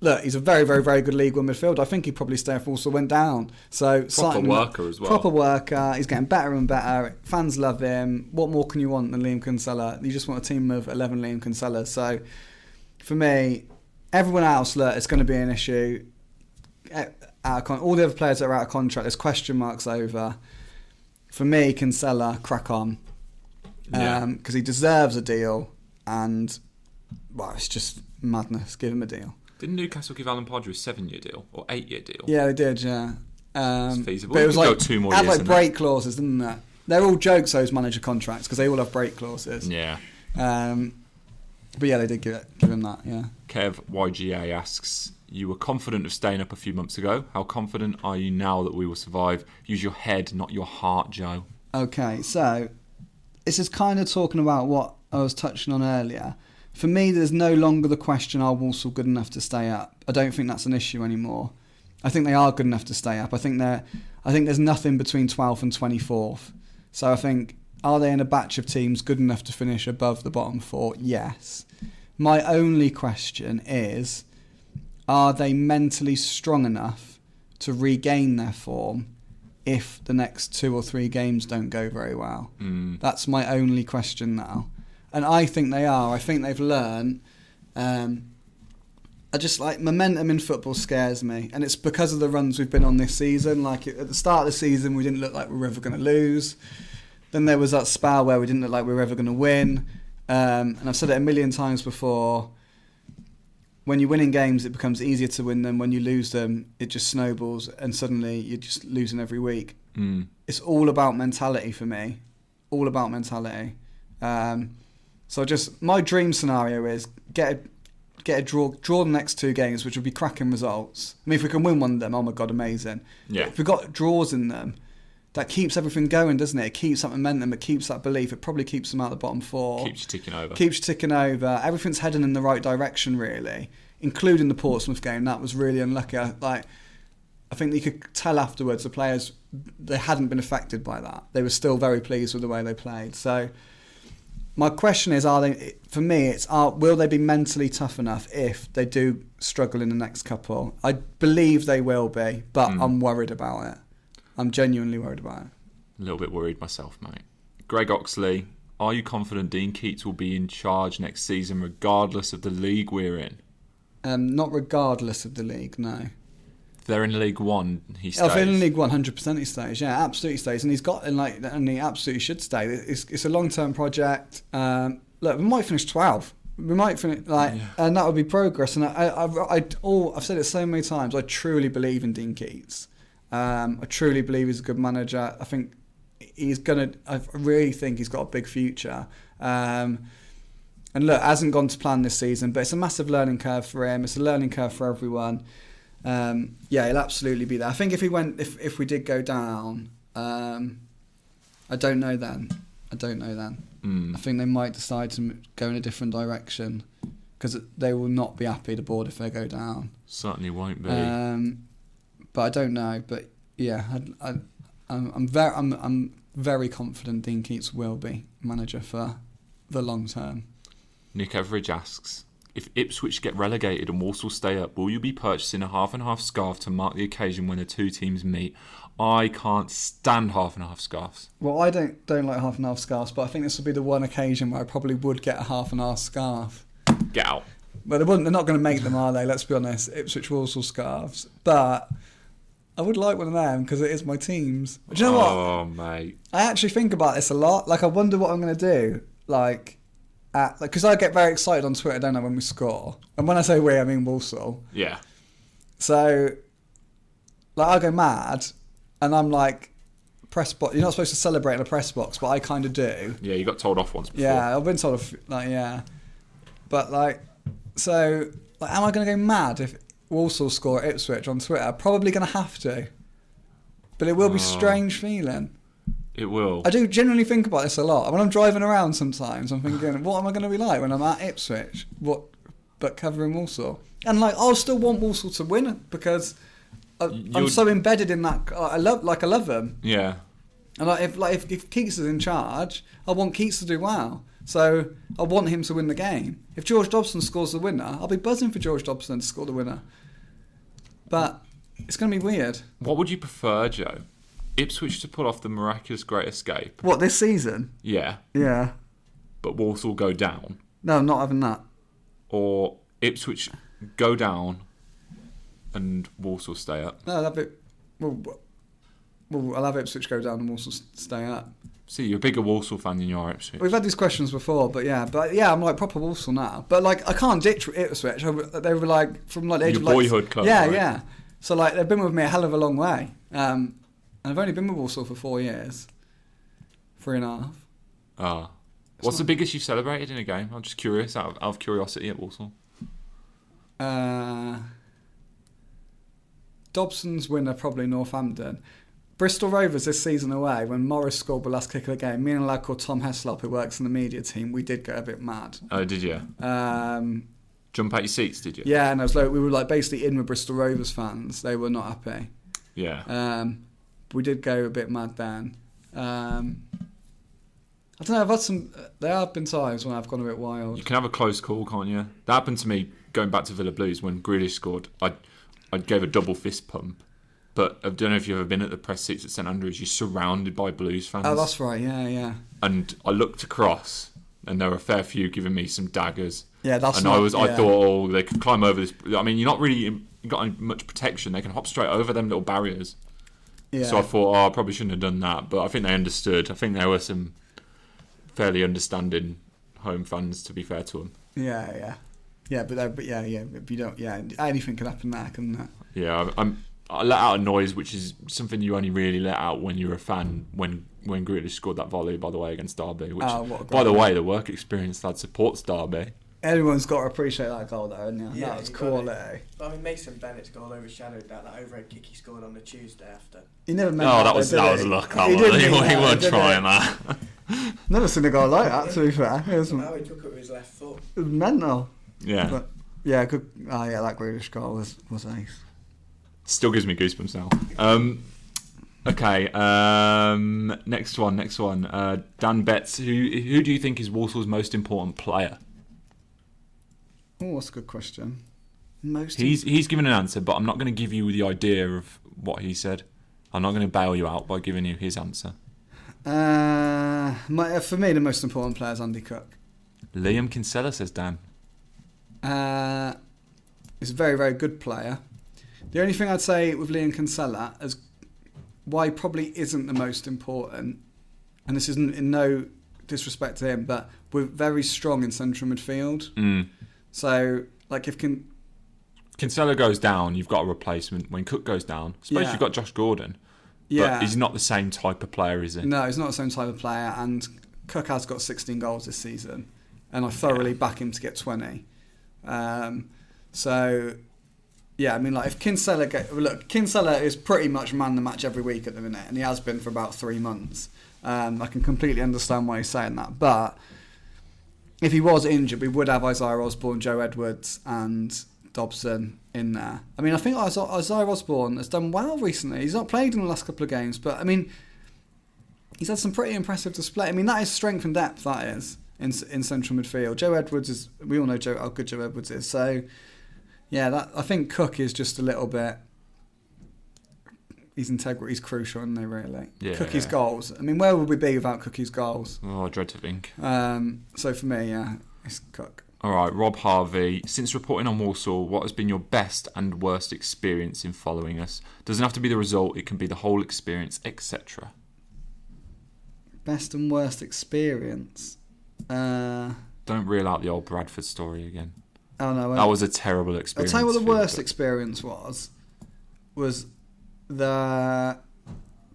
Look, he's a very, very, very good league one midfielder. I think he'd probably stay if also went down. So signing- worker as well. Proper worker. He's getting better and better. Fans love him. What more can you want than Liam Kinsella? You just want a team of 11 Liam Kinsellas. So for me, everyone else, look, it's going to be an issue. Eh, Out of con- all the other players that are out of contract, there's question marks over. For me, Kinsella, crack on. Because Yeah. he deserves a deal. And, well, it's just madness. Give him a deal. Didn't Newcastle give Alan Pardew a seven-year deal or eight-year deal? Yeah, they did. Yeah, um, It's feasible. But it You was could go like two more had years like than break clauses, didn't it? They're all jokes, those manager contracts, because they all have break clauses. Yeah. Um, but yeah, they did give it, give him that. Yeah. Kev YGA asks, You were confident of staying up a few months ago. How confident are you now that we will survive? Use your head, not your heart, Joe. Okay, so this is kind of talking about what I was touching on earlier. For me, there's no longer the question are Walsall good enough to stay up. I don't think that's an issue anymore. I think they are good enough to stay up. I think they're. I think there's nothing between 12th and 24th. So I think are they in a batch of teams good enough to finish above the bottom four? Yes. My only question is, are they mentally strong enough to regain their form if the next two or three games don't go very well? Mm. That's my only question now. And I think they are. I think they've learned. Um, I just like momentum in football scares me, and it's because of the runs we've been on this season. Like at the start of the season, we didn't look like we were ever going to lose. Then there was that spell where we didn't look like we were ever going to win. Um, and I've said it a million times before. When you're winning games, it becomes easier to win them. When you lose them, it just snowballs, and suddenly you're just losing every week Mm. it's all about mentality for me. All about mentality. Um, so just my dream scenario is get a, get a draw, draw the next two games, which would be cracking results. I mean, if we can win one of them, oh my god, amazing! Yeah. If we got draws in them, that keeps everything going, doesn't it? It keeps that momentum. It keeps that belief. It probably keeps them out the bottom four. Keeps you ticking over. Keeps you ticking over. Everything's heading in the right direction, really, including the Portsmouth game. That was really unlucky. I, like, I think you could tell afterwards the players they hadn't been affected by that. They were still very pleased with the way they played. So, my question is: Are they? For me, it's are will they be mentally tough enough if they do struggle in the next couple? I believe they will be, but I'm worried about it. I'm genuinely worried about it. A little bit worried myself, mate. Greg Oxley, are you confident Dean Keats will be in charge next season, regardless of the league we're in? Um, not regardless of the league, no. If they're in League One, he stays. If in League One, hundred percent he stays. Yeah, absolutely stays, and he's got and like and he absolutely should stay. It's, it's a long term project. Um, look, we might finish twelve. We might finish like, and that would be progress. And I, I, I, I all I've said it so many times. I truly believe in Dean Keats. Um, I truly believe he's a good manager. I think he's gonna. I really think he's got a big future. Um, and look, hasn't gone to plan this season, but it's a massive learning curve for him. It's a learning curve for everyone. Um, yeah, he'll absolutely be there. I think if he went, if if we did go down, um, I don't know then. I don't know then. Mm. I think they might decide to m- go in a different direction because they will not be happy the board if they go down. Certainly won't be. Um, but I don't know. But yeah, I, I, I'm, I'm very, I'm, I'm very confident Dean Keats will be manager for the long term. Nick Everidge asks If Ipswich get relegated and Walsall stay up, will you be purchasing a half and half scarf to mark the occasion when the two teams meet? I can't stand half and half scarves. Well, I don't don't like half and half scarves, but I think this will be the one occasion where I probably would get a half and half scarf. Get out. But they wouldn't, they're not going to make them, are they? Let's be honest. Ipswich Walsall scarves. But I would like one of them because it is my team's. Do you know what? Oh, mate. I actually think about this a lot. Like, I wonder what I'm going to do. Like, at because I get very excited on Twitter, don't I, when we score? And when I say we, I mean Walsall. Yeah. So, like, I go mad, and I'm like, press box. You're not supposed to celebrate in a press box, but I kind of do. Yeah, you got told off once before. Yeah, I've been told of like yeah, but like so like am I going to go mad if Walsall score at Ipswich on Twitter? Probably going to have to, but it will be strange feeling. It will. I do generally think about this a lot when I'm driving around. Sometimes I'm thinking, what am I going to be like when I'm at Ipswich? What, but covering Walsall and like I'll still want Walsall to win because. I, I'm You're- so embedded in that. uh, I love, like, I love them. yeah. And like, if like if, if Keats is in charge, I want Keats to do well. So I want him to win the game. If George Dobson scores the winner, I'll be buzzing for George Dobson to score the winner. But it's going to be weird. What would you prefer, Joe? Ipswich to pull off the miraculous Great Escape? What this season? Yeah. Yeah. But Walsall go down? No, I'm not having that. Or Ipswich go down and Walsall stay up? No, that'd be. Well, well, I'll have Ipswich go down and Walsall s- stay up. See, you're a bigger Walsall fan than you are Ipswich. We've had these questions before, but yeah, but yeah, I'm like proper Walsall now. But like, I can't ditch Ipswich. I, w- they were like from like the age Your of like, boyhood club, Yeah, right? yeah. So like, they've been with me a hell of a long way, um, and I've only been with Walsall for four years. Three and a half. Ah. What's the biggest you've celebrated in a game? I'm just curious, out of, out of curiosity at Walsall. Uh, Dobson's winner probably Northampton. Bristol Rovers this season away when Morris scored the last kick of the game. Me and a lad called Tom Heslop who works in the media team, we did go a bit mad. Oh, did you? Um, Jump out your seats, did you? yeah, and I was like, we were like basically in with Bristol Rovers fans. They were not happy. Yeah. Um, we did go a bit mad then. Um, I don't know. I've had some. There have been times when I've gone a bit wild. You can have a close call, can't you? That happened to me going back to Villa Blues when Grealish scored. I I gave a double fist pump. But I don't know if you've ever been at the press seats at St Andrews. You're surrounded by Blues fans. Oh, that's right. Yeah, yeah, and I looked across, and there were a fair few giving me some daggers. yeah. That's. and not, I was, I yeah. thought, oh, they could climb over this. I mean, you're not really you got any- much protection. They can hop straight over them little barriers. Yeah. So I thought, oh, I probably shouldn't have done that. But I think they understood. I think there were some fairly understanding home fans, to be fair to them. Yeah, yeah, yeah. But uh, but yeah, yeah. If you don't, yeah, anything can happen there, can that? Yeah, I, I'm. I let out a noise, which is something you only really let out when you're a fan. When when Grealish scored that volley, by the way, against Derby. Which, Oh, what a by the great goal. way, the work experience lad supports Derby. Everyone's got to appreciate that goal, though, isn't they? Yeah, that was you cool, got eh? But I mean, Mason Bennett's goal overshadowed that. That overhead kick he scored on the Tuesday after. You never meant Oh, that though, was did that he? was luck. That He was, <laughs> didn't he, mean he that, weren't did he? trying that. <laughs> Never seen a goal like that. To be fair, it was, Mm. it How he took it with his left foot. was mental. Yeah, But yeah, good. Oh yeah, that Grealish goal was was ace. still gives me goosebumps now. Um, okay, um, next one, next one. Uh, Dan Betts, who who do you think is Walsall's most important player? Oh, that's a good question. Most He's he's given an answer, but I'm not going to give you the idea of what he said. I'm not going to bail you out by giving you his answer. Uh, my, for me, the most important player is Andy Cook. Liam Kinsella says Dan. Uh, he's a very, very good player. The only thing I'd say with Leon Kinsella is why he probably isn't the most important, and this isn't in no disrespect to him, but we're very strong in central midfield. Mm. So, like, if can Kinsella goes down, you've got a replacement. When Cook goes down, I suppose Yeah. you've got Josh Gordon, yeah, but he's not the same type of player, is he? no, he's not the same type of player. And Cook has got 16 goals this season, and I thoroughly back him to get 20. Um, so, yeah, I mean, like if Kinsella get, look, Kinsella is pretty much man the match every week at the minute, and he has been for about three months. Um, I can completely understand why he's saying that, but if he was injured, we would have Isaiah Osborne, Joe Edwards, and Dobson in there. I mean, I think Isa- Isaiah Osborne has done well recently. He's not played in the last couple of games, but I mean, he's had some pretty impressive display. I mean, that is strength and depth. That is in in central midfield. Joe Edwards is. We all know Joe, how good Joe Edwards is. So, yeah, that I think Cook is just a little bit. His integrity's crucial, isn't he? Really, Yeah. Cookie's goals. I mean, where would we be without Cookie's goals? Oh, I dread to think. Um, so for me, yeah, it's Cook. All right, Rob Harvey. Since reporting on Walsall, what has been your best and worst experience in following us? Doesn't have to be the result; it can be the whole experience, etc. Best and worst experience. Uh, Don't reel out the old Bradford story again. I don't know. That was a terrible I'll experience. tell you what the for you, worst but- experience was. Was the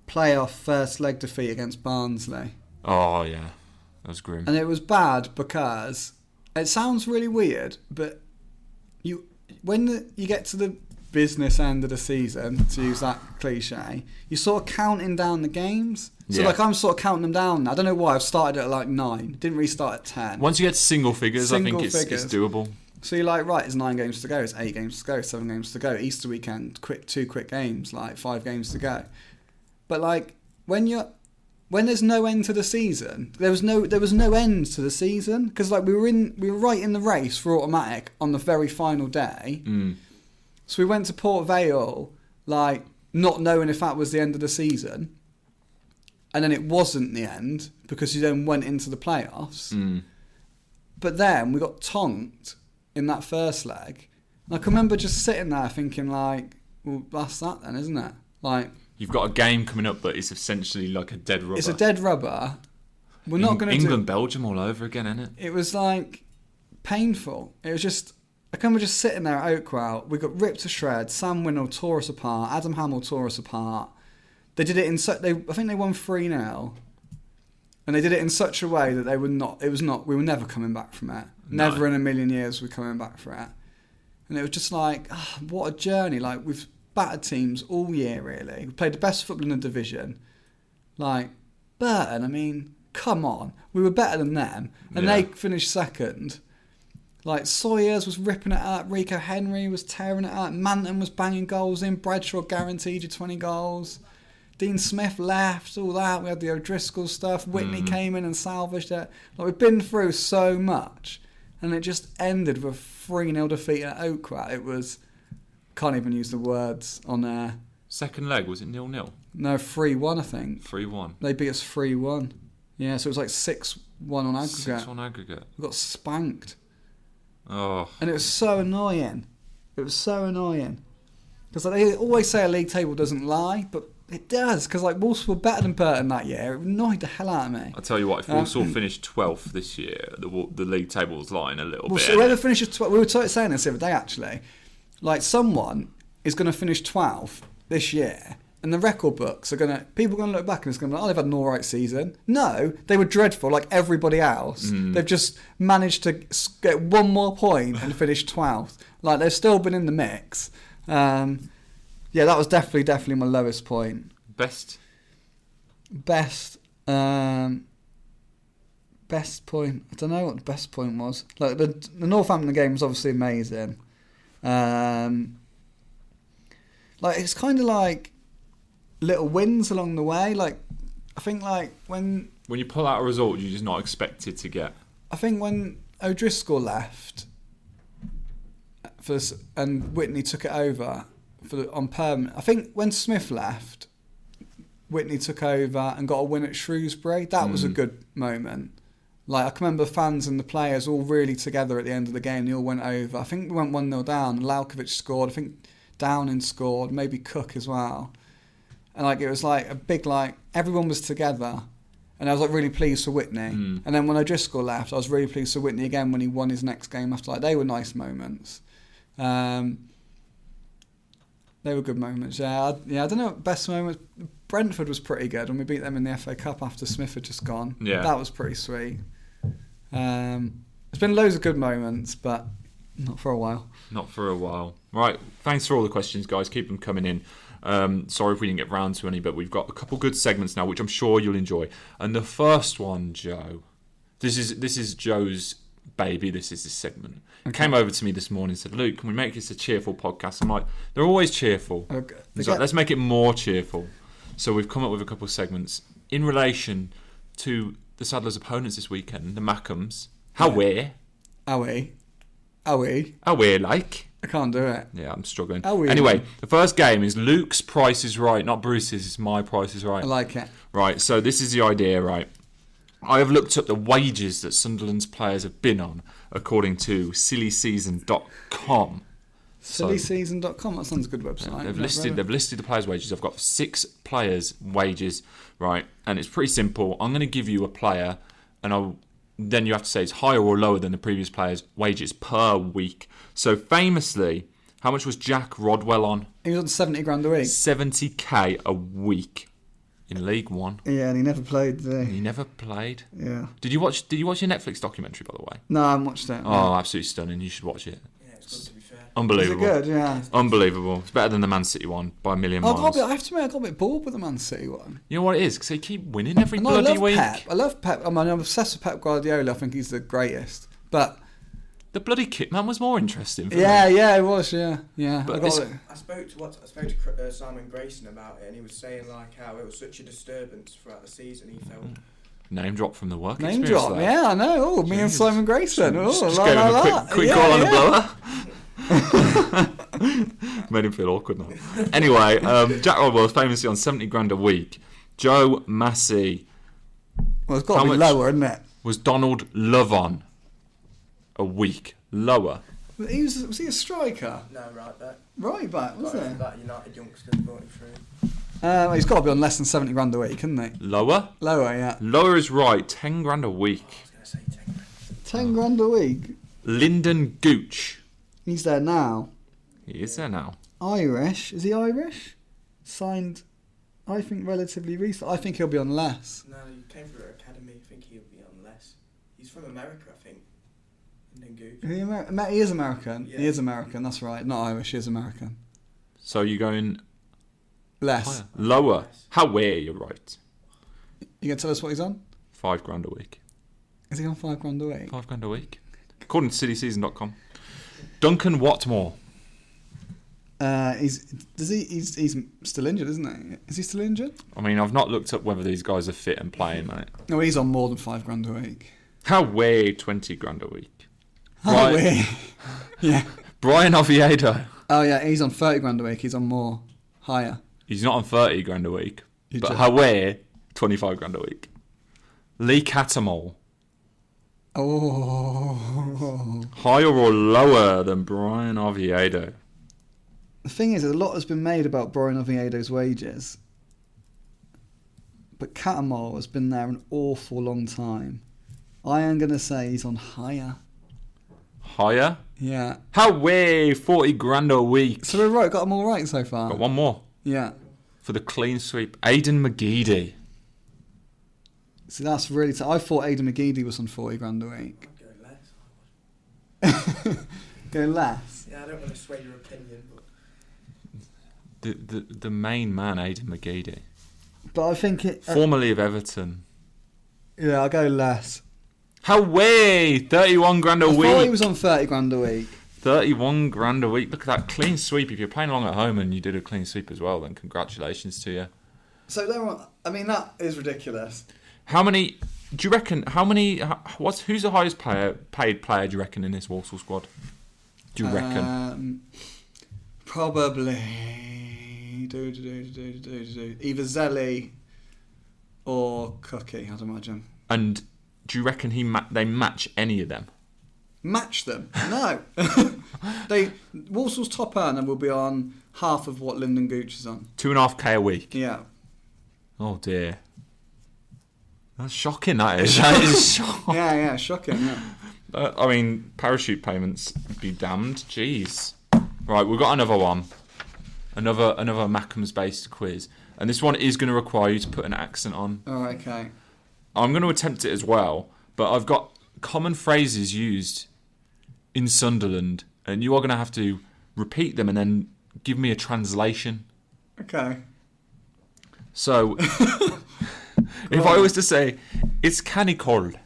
playoff first leg defeat against Barnsley, Oh yeah, that was grim. and it was bad because it sounds really weird, but you when the, you get to the business end of the season, to use that cliche, you're sort of counting down the games. So Yeah. like I'm sort of counting them down. now. I don't know why I've started at like nine, didn't restart at ten. Once you get to single figures, Single I think it's, it's figures. doable. So you're like, right, it's nine games to go, it's eight games to go, seven games to go, Easter weekend, quick two quick games, like five games to go. But like when you're when there's no end to the season, there was no there was no end to the season because like we were in we were right in the race for automatic on the very final day. Mm. So we went to Port Vale, like not knowing if that was the end of the season, and then it wasn't the end because you then went into the playoffs. Mm. But then we got tonked in that first leg. And I can remember just sitting there thinking, like, well, that's that then, isn't it? Like, You've got a game coming up, but it's essentially like a dead rubber. it's a dead rubber. We're not Eng- going to England, Belgium, all over again, isn't it? Do... It was like painful. It was just. I can remember just sitting there at Oakwell. We got ripped to shreds. Sam Winnell tore us apart. Adam Hamill tore us apart. They did it in so. They I think they won three 0 And they did it in such a way that they were not. It was not. We were never coming back from it. No. Never in a million years were we coming back from it. And it was just like, ah, what a journey! Like we've battered teams all year. Really, we played the best football in the division. Like Burton, I mean, come on, we were better than them, and Yeah. they finished second. Like Sawyer's was ripping it up, Rico Henry was tearing it up, Manton was banging goals in, Bradshaw guaranteed you 20 goals. Dean Smith left, all that. We had the O'Driscoll stuff. Whitney came in and salvaged it. Like we've been through so much, and it just ended with a 3 0 defeat at Oakwell. It was can't even use the words on there. Second leg was it nil nil, No, three one I think. three one, They beat us three one. Yeah, so it was like six one on aggregate. six one aggregate. We got spanked. Oh, And it was so annoying. It was so annoying. Because like, they always say a league table doesn't lie, but it does. Because like Wolves were better than Burton that year. It annoyed the hell out of me. I tell you what, if Um, Walsall finished twelfth this year, the wa- the league table was lying a little Well, bit. so whoever finishes twelve, we were t- saying this the other day actually. Like someone is going to finish twelfth this year, and the record books are going to people are going to look back and it's going to be like, oh, they've had an all right season. No, they were dreadful, like everybody else. Mm-hmm. They've just managed to s- get one more point and finish twelfth. Like they've still been in the mix. Um, yeah, that was definitely definitely my lowest point. Best Best. Um, Best point. I don't know what the best point was. Like the the Northampton game was obviously amazing. Um, like it's kind of like little wins along the way. Like I think like when when you pull out a result you're just not expected to get. I think when O'Driscoll left for s- and Whitney took it over for the, on permanent. I think when Smith left, Whitney took over and got a win at Shrewsbury. That was a good moment. Like I can remember the fans and the players all really together at the end of the game. They all went over. I think we went one 0 down. Laukovic scored. I think Downing scored. Maybe Cook as well. And like it was like a big like everyone was together. And I was like really pleased for Whitney. And then when O'Driscoll left, I was really pleased for Whitney again when he won his next game after like they were nice moments. Um, they were good moments. Yeah, I, yeah. I don't know. Best moments. Brentford was pretty good when we beat them in the FA Cup after Smith had just gone. Yeah. that was pretty sweet. Um, there's been loads of good moments, but not for a while. Not for a while. Right. Thanks for all the questions, guys. Keep them coming in. Um, sorry if we didn't get round to any, but we've got a couple good segments now, which I'm sure you'll enjoy. And the first one, Joe. This is this is Joe's baby. This is this segment. Came over to me this morning and said, "Luke, can we make this a cheerful podcast?" I'm like, "They're always cheerful." Okay. He's like, "Let's make it more cheerful." So we've come up with a couple of segments in relation to the Saddlers' opponents this weekend, the Mackhams. How we're Are we? Are we? how we're like. I can't do it. Yeah, I'm struggling. Are we? Anyway, the first game is Luke's Price is Right, not Bruce's. It's my Price is Right. I like it. Right, so this is the idea, right? I have looked up the wages that Sunderland's players have been on, according to sillyseason.com. Sillyseason.com. That sounds a good website. They've listed they've listed the players' wages. I've got six players' wages, right? And it's pretty simple. I'm going to give you a player, and I'll then you have to say it's higher or lower than the previous player's wages per week. So famously, how much was Jack Rodwell on? He was on seventy grand a week. 70k a week in League One. Yeah, and he never played. Did He never played. he? Yeah. Did you watch? Did you watch your Netflix documentary by the way? No, I haven't watched it. Oh, absolutely stunning! You should watch it. Yeah, it's good to be fair. Is it Unbelievable. good? Yeah. Oh, Unbelievable. It's better than the Man City one by a million I, miles. got a bit, I have to admit, I got a bit bored with the Man City one. You know what it is? Because they keep winning every And I bloody love week. Pep. I love Pep. I mean, I'm obsessed with Pep Guardiola. I think he's the greatest. But The bloody Kitman was more interesting. For yeah, me. yeah, it was. Yeah, yeah. But I got this- it. I spoke to what I spoke to Cr- uh, Simon Grayson about it, and he was saying like how it was such a disturbance throughout the season. He felt Name drop from the work Name experience drop. there. Yeah, I know. Oh, me and Jesus. Simon Grayson. Oh, Just, just la, gave la, him a la. quick, quick yeah, call on yeah. the blower. <laughs> <laughs> Made him feel awkward now. Anyway, um, Jack Rodwell was famously on 70 grand a week. Joe Massey Well, it's got How to be much? lower, isn't it? was Donald Lovon a week lower. But He was, was he a striker? no right back. Right back, was Got him he? for that United youngster brought him through. Uh, he's got to be on less than 70 grand a week, isn't he? Lower? Lower, yeah. Lower is right, 10 grand a week. I was gonna say ten. 10 grand a week. Lyndon Gooch. He's there now. He is there now. Irish. Is he Irish? Signed. I think relatively recent. I think he'll be on less. No, he came through our academy. I think he'll be on less. He's from America, I think. And then Goose. He, Amer- Amer- he is American. He Yeah. is American. That's right. Not Irish. He is American. So you're going Less. lower. How where you're right. You gonna tell us what he's on? Five grand a week. Is he on five grand a week? Five grand a week. According to cityseason.com. Duncan Watmore. Uh, he's does he? He's, he's still injured, isn't he? Is he still injured? I mean, I've not looked up whether these guys are fit and playing, mate. No, he's on more than five grand a week. How way 20 grand a week. Are Right. we? <laughs> yeah. Brian Oviedo. Oh yeah, he's on thirty grand a week. He's on more, higher. He's not on 30 grand a week. You but ju- Hawe, 25 grand a week. Lee Catamol. Oh. Higher or lower than Brian Oviedo? The thing is, a lot has been made about Brian Oviedo's wages, but Catamol has been there an awful long time. I am going to say he's on higher. Higher? Yeah. Hawe, 40 grand a week. So we're right. Got them all right so far. Got one more Yeah. for the clean sweep. Aidan McGeady. So that's really. T- I thought Aidan McGeady was on forty grand a <laughs> week. I'd go less. Go less. Yeah, I don't want to sway your opinion, but <laughs> The, the, the main man, Aidan McGeady. But I think it. uh, Formerly of Everton. yeah, I'll go less. Hawe, 31 grand a I week. thought he was on thirty grand a week. 31 grand a week. Look at that clean sweep. If you're playing along at home and you did a clean sweep as well, then congratulations to you. So they're on. I mean, that is ridiculous. How many do you reckon? How many? h- What's who's the highest player paid player? Do you reckon in this Walsall squad? Do you reckon? Um, probably do, do, do, do, do, do, do, do. either Zelly or Cookie. I'd imagine. and do you reckon he ma- they match any of them? Match them? No. <laughs> they Walsall's top earner will be on half of what Lyndon Gooch is on. Two and a half k a week. <laughs> Yeah. Oh dear. That's shocking. That is. That is shocking. Yeah, yeah, shocking. Yeah. Uh, I mean, parachute payments be damned. Jeez. Right, we've got another one. Another another Macam's based quiz. And this one is going to require you to put an accent on. All right, Oh, okay. I'm going to attempt it as well, but I've got common phrases used in Sunderland, and you are going to have to repeat them and then give me a translation. Okay. <laughs> So, if I was to say, it's canny cold.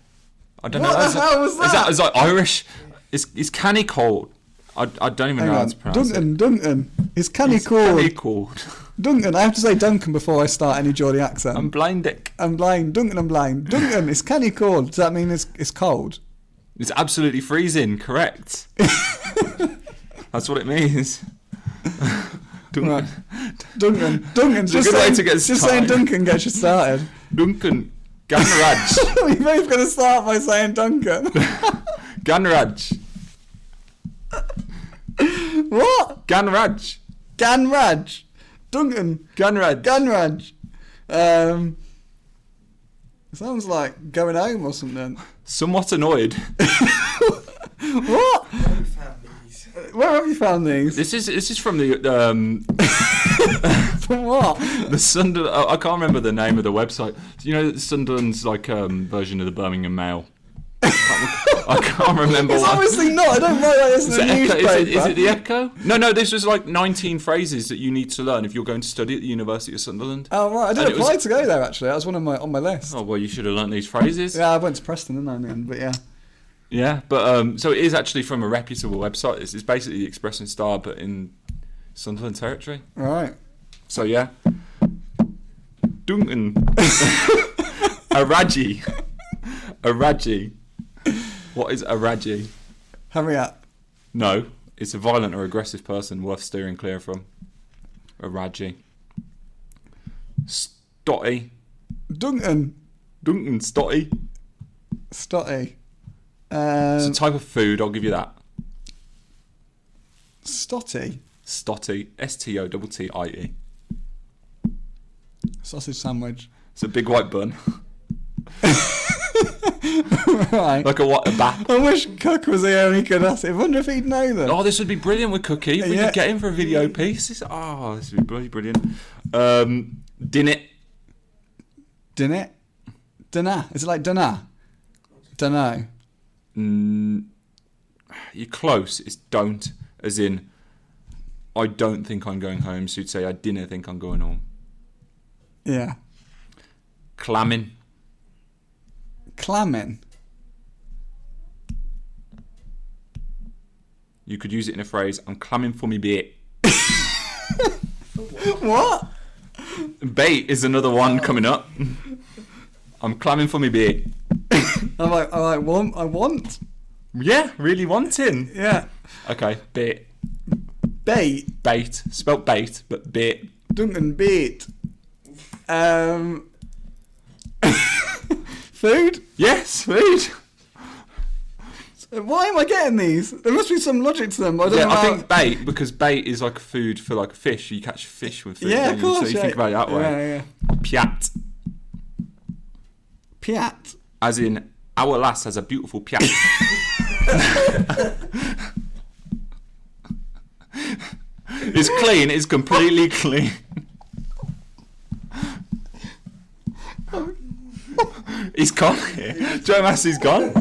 I don't know. What the is that- hell was Is that, that? is that Irish? It's, it's canny cold. I, I don't even know how to pronounce it. Duncan. It's canny It's canny cold. <laughs> Duncan. I have to say Duncan before I start any Geordie accent. I'm blind dick. I'm blind. Duncan, I'm blind. Duncan, it's canny cold. Does that mean it's it's cold? It's absolutely freezing, <laughs> correct. That's what it means. <laughs> Duncan, Right. Duncan, Duncan, It's a just, good way saying, to get just started. saying Duncan gets you <laughs> started. Duncan Ganraj. we both going to start by saying Duncan. Ganraj. <laughs> what? Ganraj. Ganraj. Duncan. Ganraj. Ganraj. Um, sounds like going home <laughs> or something. Somewhat annoyed. What? no families. Where have you found these? This is this is from the um, From what? the Sunderland. I I can't remember the name of the website. You know Sunderland's like um, version of the Birmingham Mail. I can't remember. It's what- obviously not. I don't know that it's Is in it, the Echo? newspaper. Is, it, is it the Echo? No, no. This was like 19 phrases that you need to learn if you're going to study at the University of Sunderland. Oh right, I And did it apply was- to go there actually. That was one of my on my list. Oh well, you should have learnt these phrases. Yeah, I went to Preston, didn't I? in the end? But yeah. Yeah, but um, so it is actually from a reputable website. It's, it's basically the Express and Star, but in Sunderland territory. Right. So yeah, <laughs> Duncan, Araji, Araji. What is Araji? Hurry up. No, it's a violent or aggressive person worth steering clear from. Araji, Stotty, Duncan. Duncan Stotty. Stotty. It's Um, a type of food. I'll give you that. Stotty. Stotty, S T O T T I E. Sausage sandwich. <laughs> It's a big white <laughs> bun, right. like a what a bat. I wish Cook was here and he could ask it. I wonder if he'd know them. Oh, this would be brilliant with Cookie. If we Yeah. Ah, could get him for a video piece. This, oh, this would be bloody brilliant. Um, Dinnet. Dinnit? Dunna. Is it like dunna? Dunno. Mm, you're close. It's don't, as in, I don't think I'm going home. So you'd say, I didn't think I'm going home. Yeah. Clamming. Clamming. <laughs> You could use it in a phrase, I'm clamming for me bait. What? Bait is another one coming up. <laughs> I'm clamming for me bait. I'm like, I like want, I want. Yeah, really wanting. Yeah. Okay, bait. Bait. Bait. Spelt bait, but bait. Duncan bait. Um. <laughs> food? Yes, food. Why am I getting these? There must be some logic to them. but I don't Yeah, know. I how- think bait because bait is like food for like a fish. You catch fish with food. yeah, don't of you? course. So you yeah. think about it that way. Yeah, yeah. Piat, Piat. as in our lass has a beautiful piat. it's clean. It's completely clean. He's gone. Joe Massey's gone.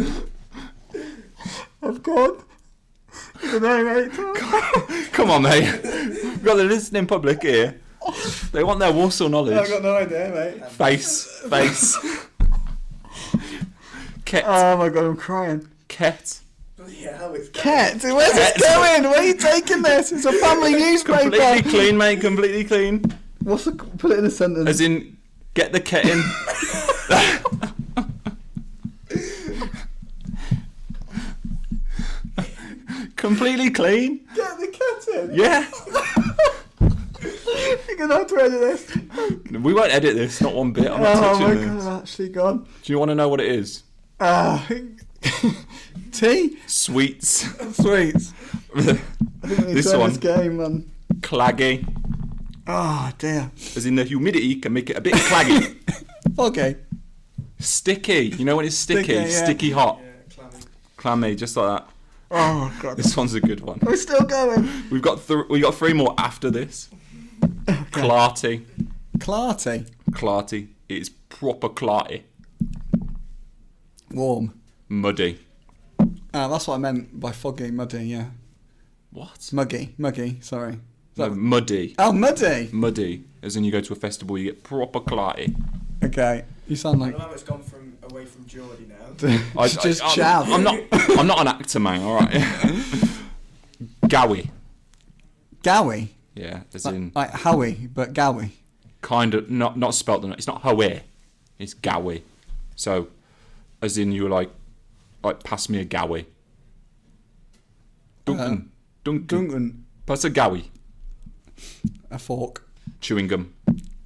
I've gone. I don't know, mate. <laughs> <laughs> Come on, mate. We've got the listening public here. They want their Warsaw knowledge. I've got no idea, mate. Face, face. Ket, Oh my god, I'm crying. ket. Yeah, how it's going. Cat, where's this going? Where are you taking this? It's <laughs> a family Completely newspaper. clean, mate. Completely clean. What's the? Put it in a sentence. As in, get the ket <laughs> in. completely clean. Get the cat <laughs> in. Yeah. You're gonna have to edit this. We won't edit this. Not one bit. I'm not Oh my touching god, this. I'm actually gone. Do you want to know what it is? Ah, <laughs> tea, <laughs> Sweets. sweets. I think we need This to end one. this game, man. Claggy. Oh dear. As in, the humidity can make it a bit <laughs> claggy. Okay. Sticky. You know when it's sticky? Sticky, Sticky, yeah. hot. Yeah, clammy. Clammy, just like that. Oh god. This one's a good one. We're still going. We've got th- we got three more after this. Clarty. Clarty. Clarty. It's proper clarty. Warm. Muddy. Ah, that's what I meant by foggy, muddy, yeah. What? Muggy, muggy, sorry. Is No, that- muddy. Oh, muddy! Muddy. As in you go to a festival, you get proper clarty. Okay, you sound I like. don't know how it's gone from away from Geordie now. I, It's <laughs> just I'm- chav. I'm not I'm not an actor, man, <laughs> alright. Gowie. Gowie. Yeah, as Like, in like Howie, but Gowie. kind of not not spelt it's not Howie. It's Gowie. So as in you were like like pass me a Gowie. Duncan. Uh, Duncan. Duncan. Pass a Gowie. A fork. Chewing gum.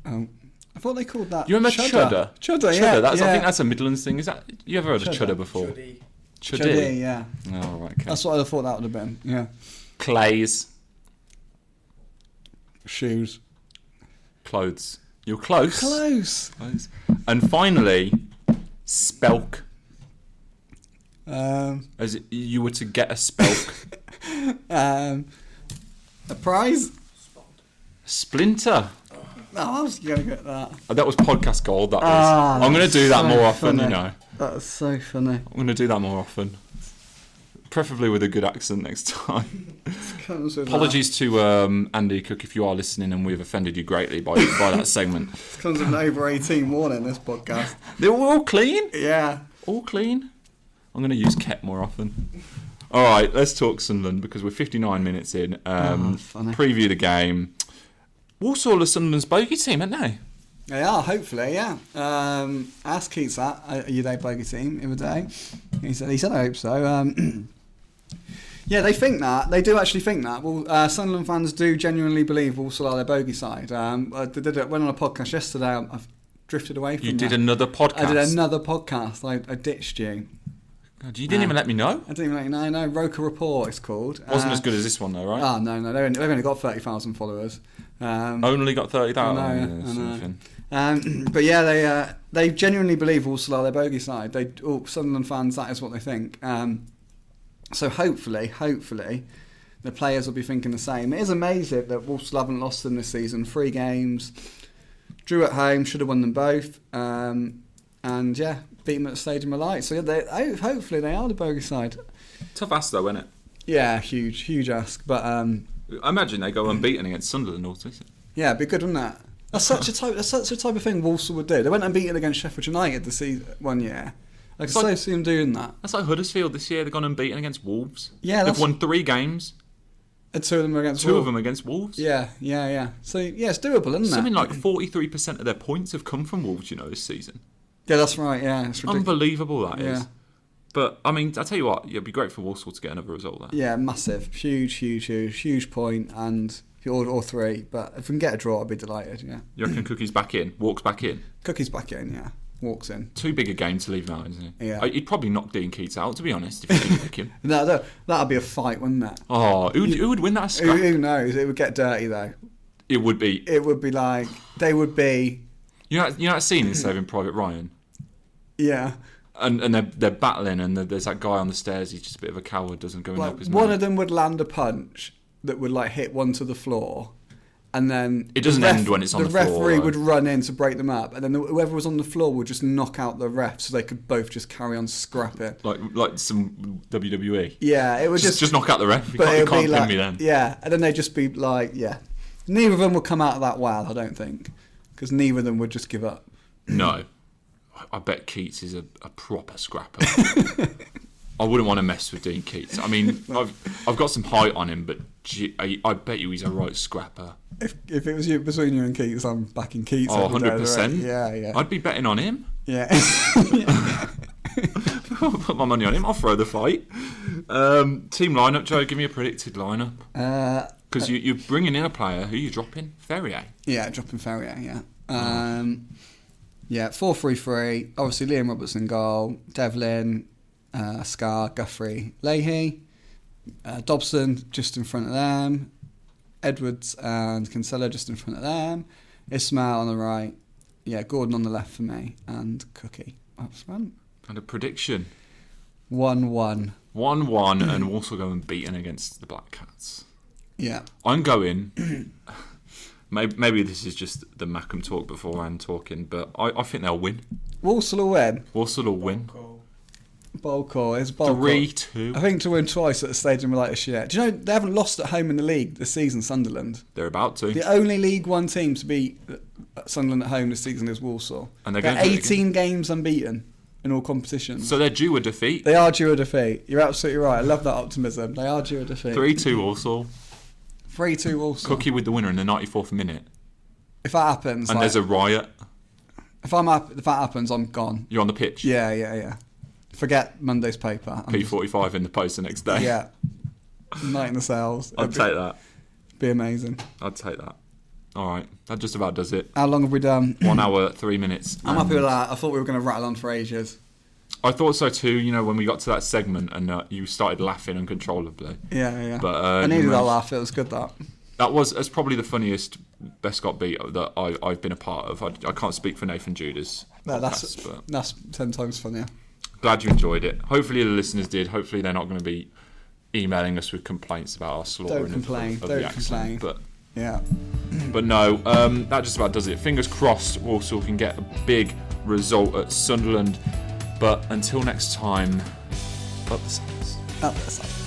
Oh. I thought they called that. You remember Chudder? chudder? Chudder, yeah. That's, yeah. I think that's a Midlands thing. Is that you ever heard Chudder. of chudder before? Geordie. Chuddy, yeah. Oh right. Okay. That's what I thought that would have been, yeah. Clays, Shoes. clothes. You're close. Close. Close. And finally, spelk. Um, As i- you were to get a <laughs> spelk. um, a prize? Splinter. No, I was going to get that. Oh, That was podcast gold. That was. Ah, I'm gonna do that so more often. You funny. know, That's so funny. I'm gonna do that more often. Preferably with a good accent next <laughs> time. Comes with uh, Apologies to um, Andy Cook if you are listening and we've offended you greatly by, by <laughs> that segment. That. Comes with an over 18 warning, this podcast. They were all clean. Yeah. All clean. I'm going to use Ket more often. All right, let's talk Sunderland because we're 59 minutes in. Um, Oh, funny. Preview the game. Walsall are Sunderland's bogey team, aren't they? They are, hopefully, yeah. Um, ask Keats that, uh, are you their bogey team, the other day. He said, he said I hope so. Um, <clears throat> yeah, they think that. They do actually think that. Well, uh, Sunderland fans do genuinely believe Walsall are their bogey side. Um, I did did it, went on a podcast yesterday. I- I've drifted away from You that. did another podcast. I did another podcast. I, I ditched you. God, you didn't even let me know. I didn't even let you know. No, Roca Report, it's called. Wasn't Uh, as good as this one though, right? Oh, no, no. They've only, they've only got 30,000 followers. Um, Only got 30,000. I know, Yeah, I know. something. Um, <clears throat> but yeah, they uh, they genuinely believe Walsall are their bogey side. They all Sunderland fans, that is what they think. Um, so hopefully, hopefully, the players will be thinking the same. It is amazing that Walsall haven't lost them this season. Three games, Drew at home, should have won them both. Um, and yeah, beat them at the Stadium of Light. So yeah, they, ho- hopefully they are the bogey side. Tough ass though, isn't it? Yeah, huge, huge ask. But um, I imagine they go unbeaten against Sunderland or something. yeah, it'd be good, wouldn't that? That's such a type. That's such a type of thing Walsall would do. They went unbeaten against Sheffield United the season one year. I could It's so like- see them doing that. That's like Huddersfield this year. They've gone unbeaten against Wolves. Yeah, they've that's- won three games. And two of them were against Two Wal- of them against Wolves. Yeah, yeah, yeah. So yeah, it's doable, isn't Something it? like forty-three percent of their points have come from Wolves. You know this season. yeah, that's right. Yeah, it's ridiculous. Unbelievable that is. Yeah. But I mean, I tell you what, it'd be great for Walsall to get another result there. Yeah, massive, huge, huge, huge, huge point, and or, or three. But if we can get a draw, I'd be delighted. Yeah, You reckon Cookie's back in, walks back in. Cookie's back in. Yeah, walks in. Too big a game to leave now, isn't it? Yeah. Uh, He'd probably knock Dean Keats out, to be honest, if he didn't pick <laughs> him. No, that that'd be a fight, wouldn't it? Oh, who, who would win that Who, scrap? who knows? It would get dirty though. It would be. It would be like they would be. You know, you know that scene in Saving Private Ryan? Yeah, And, and they're, they're battling, and there's that guy on the stairs, he's just a bit of a coward, doesn't go and like help his one mate. of them would land a punch that would like hit one to the floor, and then It doesn't the ref- end when it's on the floor, referee though. would run in to break them up, and then whoever was on the floor would just knock out the ref, so they could both just carry on scrapping. Like, like some WWE. Yeah, it would Just, just just knock out the ref. You But can't, you it'll can't be pin like, me then. yeah, and then they'd just be like, yeah. Neither of them will come out of that well, I don't think, because neither of them would just give up. No. I- I bet Keats is a, a proper scrapper. I wouldn't want to mess with Dean Keats. I mean, I've I've got some height on him, but gee, I, I bet you he's a right scrapper. If, if it was you between you and Keats, I'm backing Keats. Oh, every day 100 of the percent. week. Yeah, yeah, I'd be betting on him. <laughs> yeah. <laughs> I'll put my money on him. I'll throw the fight. Um, team lineup, Joe. Give me a predicted lineup uh, because you, you're bringing in a player. Who are you dropping? Ferrier. yeah, dropping Ferrier. Yeah, um, yeah, four three three. Obviously, Liam Robertson goal, Devlin, uh, Scar, Guthrie, Leahy, uh, Dobson just in front of them, Edwards and Kinsella just in front of them, Ismail on the right, yeah, Gordon on the left for me, and Cookie up front. And a prediction: One one. one-one, and Walsall going beaten against the Black Cats. Yeah, I'm going. <clears throat> maybe, maybe this is just the Macam talk beforehand talking, but I, I think they'll win. Walsall will win. Walsall will win. Cool. Bowl call is bowl call. Three two. I think to win twice at the stadium like this year. Do you know they haven't lost at home in the league this season? Sunderland. They're about to. The only League One team to beat Sunderland at home this season is Walsall. And they're They're going to do it 18 games unbeaten in all competitions. So they're due a defeat. they are due a defeat. You're absolutely right. I love that optimism. They are due a defeat. Three two Walsall. 3 2 Walsall. Cookie with the winner in the 94th minute, If that happens, and like, there's a riot. if I'm up, if that happens, I'm gone. You're on the pitch. Yeah, yeah, yeah. Forget Monday's paper. I'm just- P45 in the post the next day. yeah. Night in the cells. <laughs> I'd It'd be, take that. be amazing. I'd take that. All right, that just about does <clears throat> it. How long have we done? One hour, three minutes. I'm happy and- with that. I thought we were going to rattle on for ages. I thought so too. You know, when we got to that segment and uh, you started laughing uncontrollably. Yeah, yeah. But, uh, I you needed that managed- laugh. It was good that. That was that's probably the funniest Best Got Beat that I, I've been a part of. I, I can't speak for Nathan Judas. No, that's podcast, but that's ten times funnier. glad you enjoyed it. Hopefully the listeners did. Hopefully they're not going to be emailing us with complaints about our slaughtering of- complain, of, of don't the accent. complain. But Yeah. But no, um, that just about does it. Fingers crossed Walsall can get a big result at Sunderland. But until next time, up the Saints. Up the side.